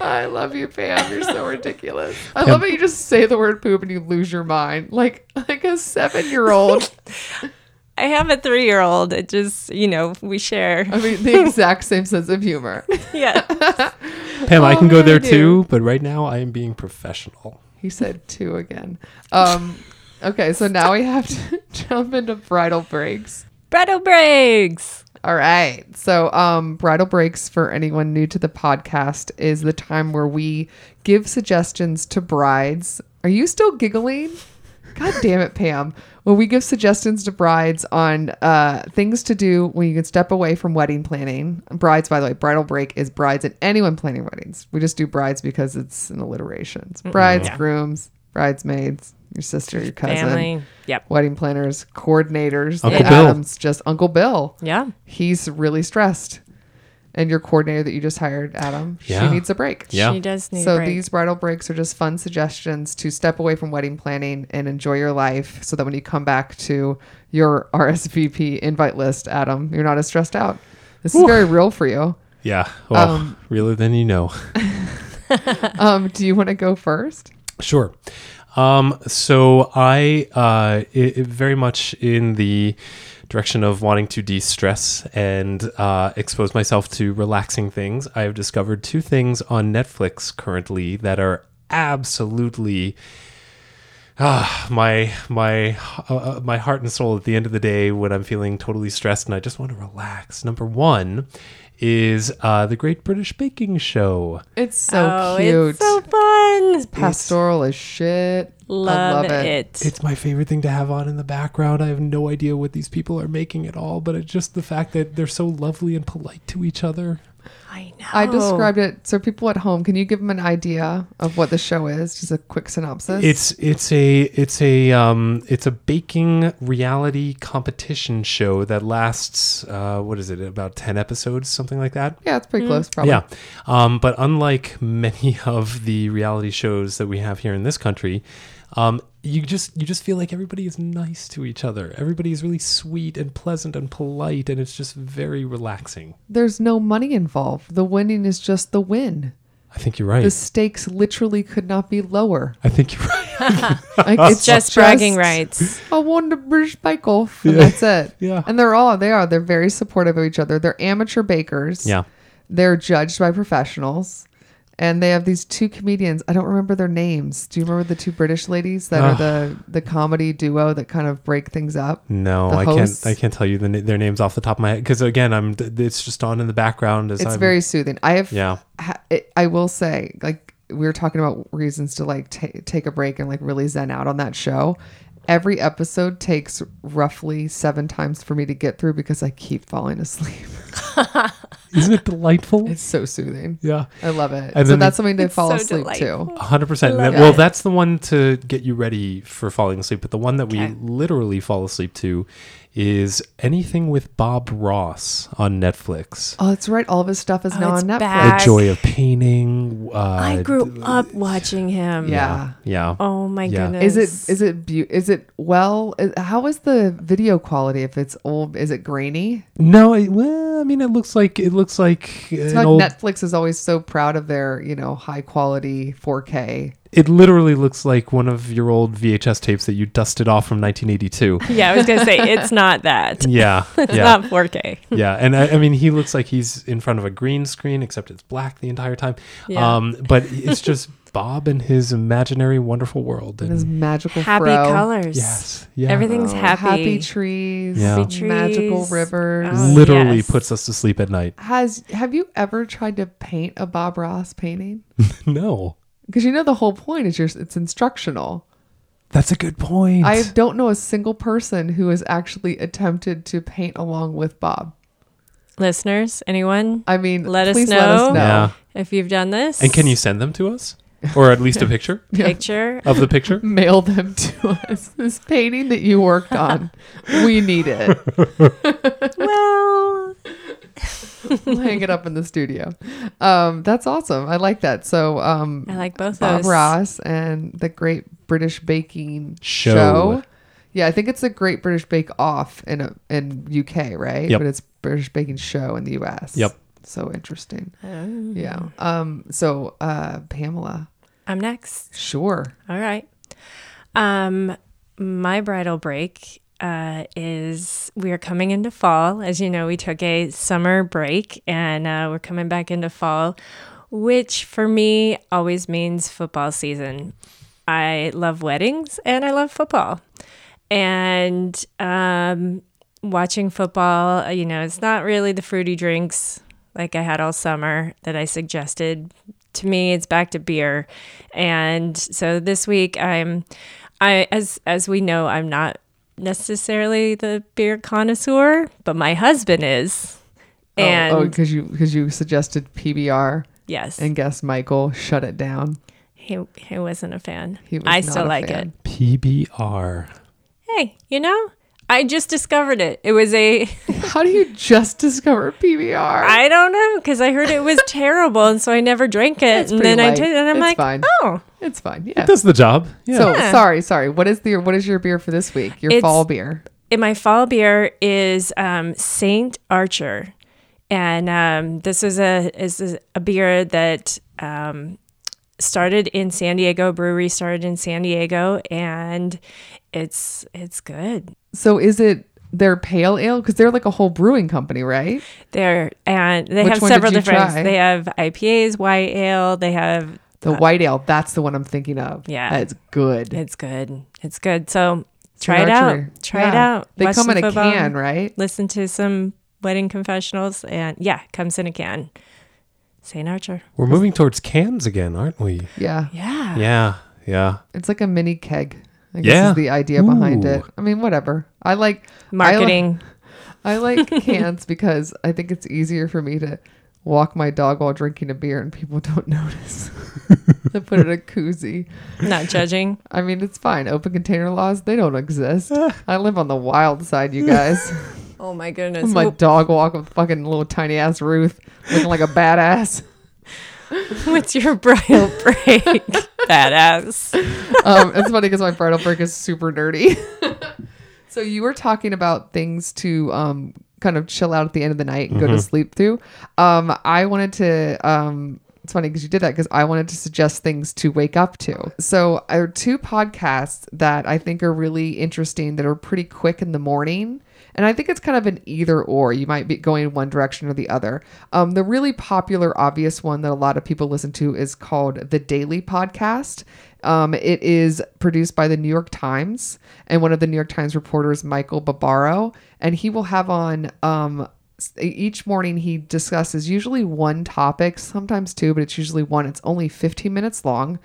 Speaker 2: I love you, Pam. You're so ridiculous. I love that you just say the word poop and you lose your mind. Like like a seven year old.
Speaker 3: [laughs] I have a three year old. It just, you know, we
Speaker 2: [laughs]
Speaker 3: share.
Speaker 2: I mean the exact same sense of humor.
Speaker 3: Yeah.
Speaker 4: Pam, I
Speaker 2: Oh,
Speaker 4: can go
Speaker 2: yeah,
Speaker 4: there
Speaker 2: I do.
Speaker 4: too, but right now I am being professional.
Speaker 2: He said two again. Um okay, so now we have to [laughs] jump into bridal breaks.
Speaker 3: Bridal breaks.
Speaker 2: All right. So, um, bridal breaks for anyone new to the podcast is the time where we give suggestions to brides. Are you still giggling? God damn it, Pam. Well, we give suggestions to brides on uh, things to do when you can step away from wedding planning. Brides, by the way, bridal break is brides and anyone planning weddings. We just do brides because it's an alliteration. It's brides, grooms, bridesmaids, your sister, your cousin,
Speaker 3: Family. Yep.
Speaker 2: wedding planners, coordinators,
Speaker 4: Uncle
Speaker 2: the
Speaker 4: Bill.
Speaker 2: Adams, just Uncle Bill
Speaker 3: Yeah.
Speaker 2: he's really stressed. And your coordinator that you just hired, Adam,
Speaker 4: Yeah.
Speaker 2: she needs a break.
Speaker 4: Yeah.
Speaker 3: She does need
Speaker 2: So
Speaker 3: a break.
Speaker 2: these bridal breaks are just fun suggestions to step away from wedding planning and enjoy your life so that when you come back to your [laughs] RSVP invite list, Adam, you're not as stressed out. This is very real for you.
Speaker 4: Yeah. Well,
Speaker 2: Um,
Speaker 4: realer than you know.
Speaker 2: Um, do you want to go first?
Speaker 4: Sure. Um, so I uh, it, it very much in the direction of wanting to de-stress and uh, expose myself to relaxing things. I have discovered two things on Netflix currently that are absolutely ah, my my uh, uh, my heart and soul at the end of the day when I'm feeling totally stressed and I just want to relax. Number one is uh, the Great British Baking Show.
Speaker 2: It's so
Speaker 3: oh,
Speaker 2: cute.
Speaker 3: it's so fun.
Speaker 2: Pastoral as shit. I
Speaker 3: Love,
Speaker 2: love it.
Speaker 3: it.
Speaker 4: It's my favorite thing to have on in the background. I have no idea what these people are making at all, but it's just the fact that they're so lovely and polite to each other.
Speaker 3: I know.
Speaker 2: I described it. So people at home, can you give them an idea of what the show is? Just a quick synopsis.
Speaker 4: It's it's a it's a um it's a baking reality competition show that lasts uh what is it about 10 episodes something like that.
Speaker 2: yeah, it's pretty
Speaker 3: Hmm.
Speaker 2: close, probably.
Speaker 4: Yeah. Um, but unlike [laughs] many of the reality shows that we have here in this country, um, you just you just feel like everybody is nice to each other. Everybody is really sweet and pleasant and polite, and it's just very relaxing.
Speaker 2: there's no money involved. The winning is just the win.
Speaker 4: I think you're right.
Speaker 2: The stakes literally could not be
Speaker 4: [laughs]
Speaker 2: lower.
Speaker 4: I think you're right.
Speaker 2: Like,
Speaker 3: It's just bragging rights.
Speaker 2: I won the British Bake Off, and that's it.
Speaker 4: [laughs] Yeah.
Speaker 2: and they're all they are. They're very supportive of each other. They're amateur bakers.
Speaker 4: yeah.
Speaker 2: they're judged by professionals, and they have these two comedians. I don't remember their names. Do you remember the two British ladies that are the the comedy duo that kind of break things up?
Speaker 4: No,
Speaker 2: The
Speaker 4: I
Speaker 2: hosts.
Speaker 4: can't. I can't tell you the, na- their names off the top of my head because again, I'm. It's just on in the background as
Speaker 2: It's
Speaker 4: I'm.
Speaker 2: very soothing. I have
Speaker 4: Yeah.
Speaker 2: ha- it, I will say, like, we were talking about reasons to like ta take a break and like really zen out on that show. Every episode takes roughly seven times for me to get through because I keep falling asleep.
Speaker 4: [laughs]
Speaker 2: [laughs]
Speaker 4: Isn't it delightful?
Speaker 2: It's so soothing.
Speaker 4: yeah.
Speaker 2: I love it.
Speaker 4: And
Speaker 2: so
Speaker 4: then the-
Speaker 2: that's something to
Speaker 3: It's
Speaker 2: fall
Speaker 3: so
Speaker 2: asleep
Speaker 3: delightful.
Speaker 2: to.
Speaker 4: 100%.
Speaker 3: Love
Speaker 4: That- well,
Speaker 3: it.
Speaker 4: that's the one to get you ready for falling asleep. But the one that we
Speaker 3: Okay.
Speaker 4: literally fall asleep to is anything with Bob Ross on Netflix.
Speaker 2: Oh, that's right. All of his stuff is
Speaker 3: Oh,
Speaker 2: now
Speaker 3: it's
Speaker 2: on Netflix.
Speaker 3: back.
Speaker 4: The joy of painting. Uh,
Speaker 3: I grew up watching him.
Speaker 2: Yeah.
Speaker 4: Yeah.
Speaker 3: Oh my
Speaker 4: Yeah.
Speaker 3: goodness.
Speaker 2: Is it is it beau- is it well? Is, how is the video quality if it's old? Is it grainy?
Speaker 4: No, it, well, I mean, it looks like it looks like
Speaker 2: It's
Speaker 4: an
Speaker 2: like
Speaker 4: old.
Speaker 2: Netflix is always so proud of their you know high quality 4K.
Speaker 4: It literally looks like one of your old VHS tapes that you dusted off from
Speaker 3: [laughs]
Speaker 4: 1982.
Speaker 3: Yeah, I was gonna say it's not
Speaker 4: [laughs]
Speaker 3: that.
Speaker 4: Yeah,
Speaker 3: It's
Speaker 4: yeah,
Speaker 3: not 4K.
Speaker 4: [laughs] yeah. And I, I mean, he looks like he's in front of a green screen, except it's black the entire time.
Speaker 3: Yeah.
Speaker 4: Um, but
Speaker 2: [laughs]
Speaker 4: it's just Bob and his imaginary wonderful world.
Speaker 2: And his
Speaker 4: And
Speaker 2: magical
Speaker 3: Happy
Speaker 2: fro.
Speaker 3: colors.
Speaker 4: yes, yeah.
Speaker 3: Everything's
Speaker 2: Oh,
Speaker 3: happy.
Speaker 2: trees,
Speaker 4: Yeah.
Speaker 3: Happy
Speaker 2: magical
Speaker 3: trees.
Speaker 2: rivers.
Speaker 3: Oh,
Speaker 4: literally
Speaker 3: yes.
Speaker 4: puts us to sleep at night. [laughs]
Speaker 2: Has have you ever tried to paint a Bob Ross painting?
Speaker 4: no,
Speaker 2: Because you know the whole point is you're, it's instructional.
Speaker 4: that's a good point.
Speaker 2: I don't know a single person who has actually attempted to paint along with Bob.
Speaker 3: Listeners, anyone,
Speaker 2: I mean,
Speaker 3: Let us
Speaker 2: please let us
Speaker 3: know.
Speaker 2: know.
Speaker 4: Yeah.
Speaker 3: if you've done this,
Speaker 4: And can you send them to us, or at
Speaker 2: [laughs]
Speaker 4: least a picture
Speaker 3: picture?
Speaker 4: of the picture?
Speaker 2: Mail them to [laughs] us. This painting that you
Speaker 3: [laughs]
Speaker 2: worked on, we need it.
Speaker 3: well,
Speaker 2: We'll hang it up in the studio. Um, that's awesome. I like that. So, um,
Speaker 3: I like both
Speaker 2: Bob
Speaker 3: those.
Speaker 2: Ross and the Great British Baking
Speaker 4: Show.
Speaker 2: [laughs] Show. Yeah, I think it's the Great British Bake Off in a, in UK, right?
Speaker 4: Yep.
Speaker 2: But it's British Baking Show in the US.
Speaker 4: Yep.
Speaker 2: So interesting.
Speaker 3: Oh.
Speaker 2: Yeah. Um. So, uh, Pamela,
Speaker 3: I'm next.
Speaker 2: sure.
Speaker 3: All right. Um, my bridal break uh, is we are coming into fall. As you know, we took a summer break and uh, we're coming back into fall, which for me always means football season. I love weddings and I love football. And um, watching football, uh, you know, it's not really the fruity drinks like I had all summer that I suggested. To me, it's back to beer. And so this week, I'm, I as as we know, I'm not necessarily the beer connoisseur, but my husband is. And
Speaker 2: oh, because you because you suggested PBR
Speaker 3: yes,
Speaker 2: and guess Michael shut it down.
Speaker 3: he he wasn't a fan.
Speaker 2: He was
Speaker 3: I
Speaker 2: not
Speaker 3: still
Speaker 2: a
Speaker 3: like
Speaker 2: fan.
Speaker 3: it.
Speaker 4: PBR.
Speaker 3: Hey, you know, I just discovered it. It was a
Speaker 2: How do you just discover PBR?
Speaker 3: I don't know because I heard it
Speaker 2: [laughs]
Speaker 3: was terrible, and so I never drank it.
Speaker 2: It's
Speaker 3: and
Speaker 2: pretty
Speaker 3: then I
Speaker 2: light.
Speaker 3: did, and I'm
Speaker 2: It's
Speaker 3: like,
Speaker 2: fine.
Speaker 3: oh,
Speaker 2: It's fine. Yeah.
Speaker 4: Does the job. Yeah.
Speaker 2: So
Speaker 3: Yeah.
Speaker 2: sorry, sorry. What is the what is your beer for this week? Your
Speaker 3: It's-
Speaker 2: fall beer.
Speaker 3: And my fall beer is um, Saint Archer, and um, this is a is a- a beer that um, started in San Diego. Brewery started in San Diego, and it's it's good.
Speaker 2: So is it their pale ale? Because they're like a whole brewing company, right?
Speaker 3: There and they
Speaker 2: Which
Speaker 3: have
Speaker 2: one did
Speaker 3: several
Speaker 2: you
Speaker 3: different.
Speaker 2: try?
Speaker 3: They have IPAs, white ale. They have
Speaker 2: The white ale. That's the one I'm thinking of.
Speaker 3: Yeah.
Speaker 2: that's good.
Speaker 3: It's good. It's good. So try it
Speaker 2: An
Speaker 3: out.
Speaker 2: archery.
Speaker 3: Try it
Speaker 2: Yeah.
Speaker 3: out.
Speaker 2: They
Speaker 3: Watch
Speaker 2: come
Speaker 3: some
Speaker 2: in a
Speaker 3: football.
Speaker 2: can, right?
Speaker 3: Listen to some wedding confessionals, and yeah, comes in a can. Saint Archer.
Speaker 4: We're moving towards cans again, aren't we?
Speaker 2: Yeah,
Speaker 3: Yeah.
Speaker 4: Yeah. Yeah.
Speaker 2: it's like a mini keg. I
Speaker 4: Yeah.
Speaker 2: guess is the idea behind
Speaker 4: Ooh.
Speaker 2: it. I mean, whatever. I like I li-
Speaker 3: Marketing.
Speaker 2: I like cans because I think it's easier for me to walk my dog while drinking a beer and people [laughs] don't
Speaker 4: [laughs]
Speaker 2: notice. I put it in a koozie.
Speaker 3: not judging.
Speaker 2: I mean, it's fine. Open container laws, they don't exist.
Speaker 4: Ah.
Speaker 2: I live on the wild side, you guys. [laughs]
Speaker 3: Oh my goodness.
Speaker 2: my dog walk with fucking little tiny ass Ruth looking like a badass.
Speaker 3: What's your
Speaker 2: [laughs]
Speaker 3: bridal break? Badass.
Speaker 2: um, it's funny because my bridal break is super nerdy. so you were talking about things to um, kind of chill out at the end of the night and go to sleep through. Um, I wanted to. Um, it's funny because you did that because I wanted to suggest things to wake up to. So there are two podcasts that I think are really interesting that are pretty quick in the morning. And I think it's kind of an either or. You might be going one direction or the other. Um, the really popular, obvious one that a lot of people listen to is called The Daily Podcast. Um, it is produced by the New York Times and one of the New York Times reporters, Michael Barbaro. And he will have on um, s- each morning he discusses usually one topic, sometimes two, but it's usually one. It's only 15 minutes long.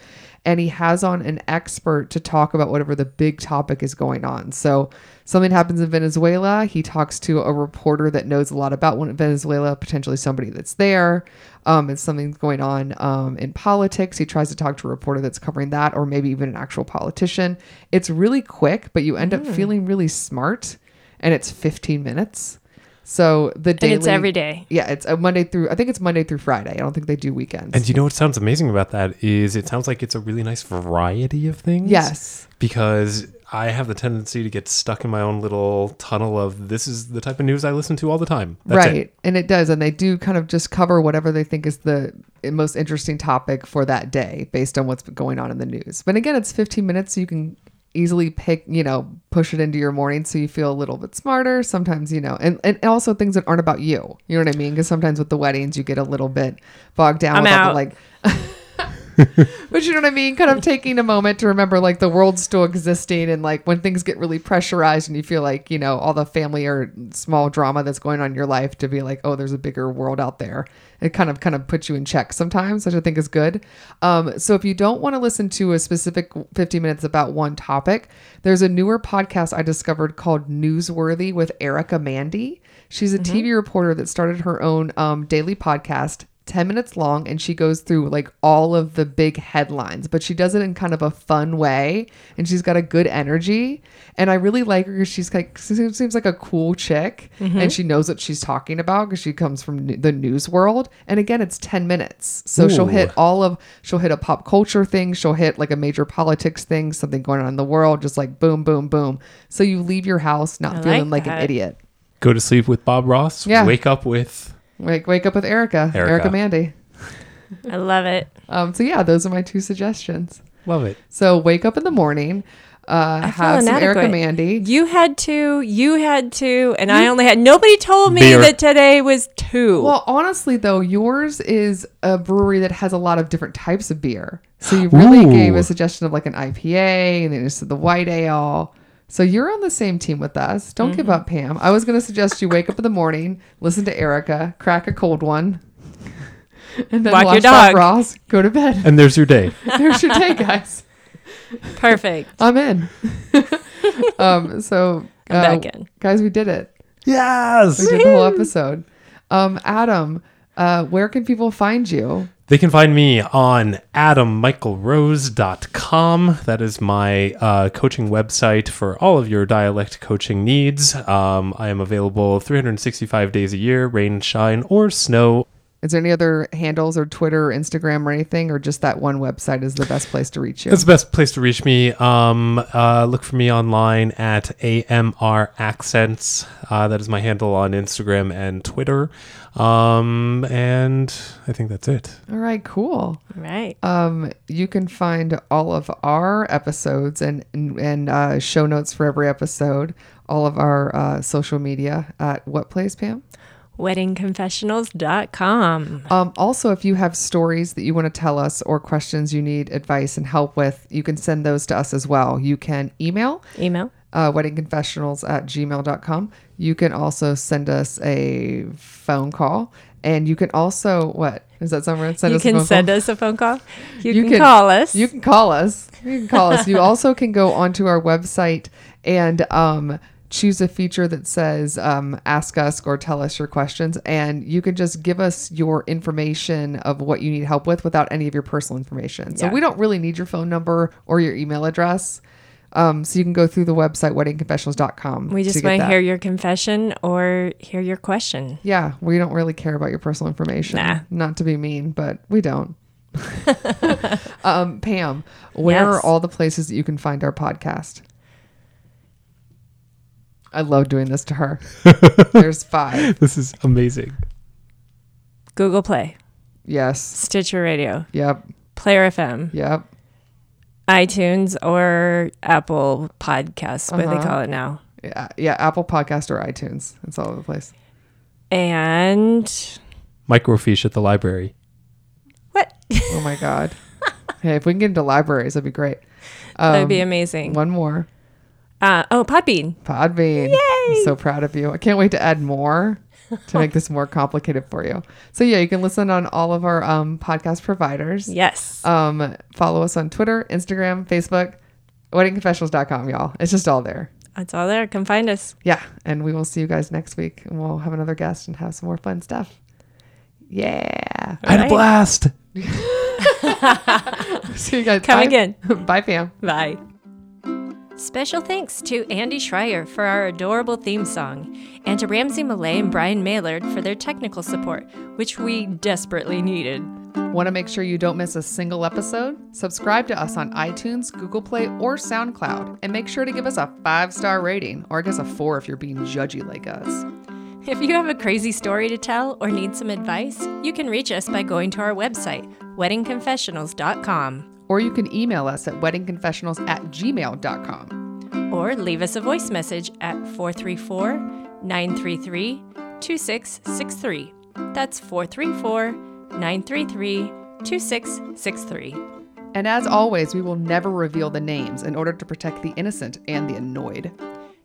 Speaker 2: And he has on an expert to talk about whatever the big topic is going on. So something happens in Venezuela. He talks to a reporter that knows a lot about one- Venezuela, potentially somebody that's there. Um, and something's going on um, in politics. He tries to talk to a reporter that's covering that, or maybe even an actual politician. It's really quick, but you end up feeling really smart. And it's 15 minutes. So the daily,
Speaker 3: and it's every day.
Speaker 2: Yeah, it's a Monday through. I think it's Monday through Friday. I don't think they do weekends.
Speaker 4: And you know what sounds amazing about that is it sounds like it's a really nice variety of things.
Speaker 2: yes,
Speaker 4: Because I have the tendency to get stuck in my own little tunnel of this is the type of news I listen to all the time. That's
Speaker 2: right,
Speaker 4: It.
Speaker 2: and it does, and they do kind of just cover whatever they think is the most interesting topic for that day, based on what's going on in the news. But again, it's 15 minutes, so you can easily pick, you know, push it into your morning, so you feel a little bit smarter. Sometimes, you know, and and also things that aren't about you. You know what I mean? Because sometimes with the weddings, you get a little bit bogged down.
Speaker 3: I'm
Speaker 2: with all the,
Speaker 3: out.
Speaker 2: like [laughs] But you know what I mean? Kind of taking a moment to remember like the world's still existing and like when things get really pressurized and you feel like, you know, all the family or small drama that's going on in your life to be like, oh, there's a bigger world out there. It kind of kind of puts you in check sometimes, which I think is good. Um, so if you don't want to listen to a specific 50 minutes about one topic, there's a newer podcast I discovered called Newsworthy with Erica Mandy. She's a TV reporter that started her own um, daily podcast 10 minutes long and she goes through like all of the big headlines but she does it in kind of a fun way and she's got a good energy and i really like her 'cause she's like seems, seems like a cool chick and she knows what she's talking about because she comes from n- the news world and again it's 10 minutes so she'll
Speaker 4: Ooh.
Speaker 2: hit all of she'll hit a pop culture thing she'll hit like a major politics thing something going on in the world just like boom boom boom so you leave your house not
Speaker 3: I
Speaker 2: feeling like
Speaker 3: like
Speaker 2: an
Speaker 3: that.
Speaker 2: idiot
Speaker 4: Go to sleep with Bob Ross.
Speaker 2: Yeah.
Speaker 4: Wake up with
Speaker 2: like wake up with erica erica,
Speaker 4: Erica.
Speaker 2: mandy
Speaker 3: I love it.
Speaker 2: um, so yeah those are my two suggestions
Speaker 4: Love it.
Speaker 2: So wake up in the morning, uh,
Speaker 3: I feel
Speaker 2: have some Erica
Speaker 3: inadequate.
Speaker 2: Mandy.
Speaker 3: You had two, you had two, and I only had. Nobody told me
Speaker 4: Beer.
Speaker 3: that today was two.
Speaker 2: Well, honestly though, yours is a brewery that has a lot of different types of beer. So you really
Speaker 4: Ooh.
Speaker 2: gave a suggestion of like an IPA and then just the white ale. So you're on the same team with us. Don't
Speaker 3: Mm-hmm.
Speaker 2: give up, Pam. I was going to suggest you wake up in the morning, listen to Erica, crack a cold one, [laughs] and then
Speaker 3: Walk your
Speaker 2: watch Bob
Speaker 3: dog.
Speaker 2: Ross, go to bed. [laughs]
Speaker 4: And there's your day.
Speaker 2: There's your day, guys.
Speaker 3: Perfect. [laughs]
Speaker 2: I'm in. um, so
Speaker 3: I'm back in.
Speaker 2: guys, we did it.
Speaker 4: yes.
Speaker 2: We did the whole episode. Um, Adam, uh, where can people find you?
Speaker 4: They can find me on adammichaelrose.com. That is my uh, coaching website for all of your dialect coaching needs. Um, I am available 365 days a year, rain, shine, or snow.
Speaker 2: Is there any other handles or Twitter or Instagram or anything, or just that one website is the best place to reach you?
Speaker 4: That's the best place to reach me. Um, uh, look for me online at AMR Accents. Uh, that is my handle on Instagram and Twitter. Um, and I think that's it.
Speaker 2: All right, cool.
Speaker 3: Right.
Speaker 2: Um, you can find all of our episodes and and, and uh, show notes for every episode, all of our uh, social media at what place, Pam?
Speaker 3: WeddingConfessionals.com.
Speaker 2: Um, also, if you have stories that you want to tell us or questions you need advice and help with, you can send those to us as well. You can email
Speaker 3: Email.
Speaker 2: uh, weddingconfessionals at gmail.com. You can also send us a phone call. And you can also, what? Is that somewhere? Send
Speaker 3: you
Speaker 2: us a
Speaker 3: can
Speaker 2: phone
Speaker 3: send
Speaker 2: call?
Speaker 3: us a phone call. You, can, call us.
Speaker 2: You can call us. You can call us. You also can go onto our website and um, choose a feature that says um, ask us or tell us your questions. And you can just give us your information of what you need help with without any of your personal information. So
Speaker 3: Yeah.
Speaker 2: we don't really need your phone number or your email address. Um, so you can go through the website weddingconfessionals.com.
Speaker 3: we just
Speaker 2: get
Speaker 3: want to
Speaker 2: that.
Speaker 3: hear your confession or hear your question.
Speaker 2: Yeah, we don't really care about your personal information.
Speaker 3: Nah.
Speaker 2: Not to be mean, but
Speaker 3: [laughs]
Speaker 2: we don't. um, Pam, where
Speaker 3: Yes.
Speaker 2: are all the places that you can find our podcast? I love doing this to
Speaker 3: [laughs]
Speaker 2: her. There's five.
Speaker 4: [laughs] This is amazing.
Speaker 3: Google Play,
Speaker 2: Yes.
Speaker 3: Stitcher Radio,
Speaker 2: Yep.
Speaker 3: Player FM,
Speaker 2: Yep.
Speaker 3: iTunes, or Apple Podcasts, what
Speaker 2: Uh-huh.
Speaker 3: do they call it now.
Speaker 2: Yeah. Yeah. Apple Podcast or iTunes. It's all over the place.
Speaker 3: And
Speaker 4: Microfiche at the library.
Speaker 3: what? [laughs]
Speaker 2: Oh my God. hey, if we can get into libraries, that'd be great.
Speaker 3: That'd
Speaker 2: Um,
Speaker 3: be amazing.
Speaker 2: One more.
Speaker 3: Uh, oh, Podbean.
Speaker 2: Podbean. I'm so proud of you. I can't wait to add more. to make this more complicated for you. So yeah, you can listen on all of our um, podcast providers.
Speaker 3: Yes.
Speaker 2: Um, follow us on Twitter, Instagram, Facebook, weddingconfessionals.com, y'all. It's just all there.
Speaker 3: That's all there. Come find us.
Speaker 2: Yeah, and we will see you guys next week, and we'll have another guest and have some more fun stuff. Yeah. [laughs]
Speaker 4: I had a
Speaker 3: Right.
Speaker 4: blast.
Speaker 2: See you guys.
Speaker 3: Come
Speaker 2: Bye.
Speaker 3: again.
Speaker 2: [laughs] Bye, fam.
Speaker 3: Bye. Special thanks to Andy Schreier for our adorable theme song, and to Ramsey Millay and Brian Maylard for their technical support, which we desperately needed.
Speaker 2: Want to make sure you don't miss a single episode? Subscribe to us on iTunes, Google Play, or SoundCloud, and make sure to give us a five star rating, or I guess a four if you're being judgy like us.
Speaker 3: If you have a crazy story to tell or need some advice, you can reach us by going to our website, weddingconfessionals.com,
Speaker 2: Or you can email us at weddingconfessionals at gmail.com.
Speaker 3: or leave us a voice message at 434 933 2663. That's 434 933 2663.
Speaker 2: And as always, we will never reveal the names in order to protect the innocent and the annoyed.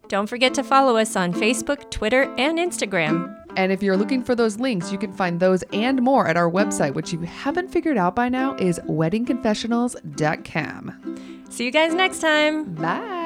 Speaker 3: Don't forget to follow us on Facebook, Twitter, and Instagram.
Speaker 2: And if you're looking for those links, you can find those and more at our website, which you haven't figured out by now is weddingconfessionals.com.
Speaker 3: See you guys next time.
Speaker 2: Bye.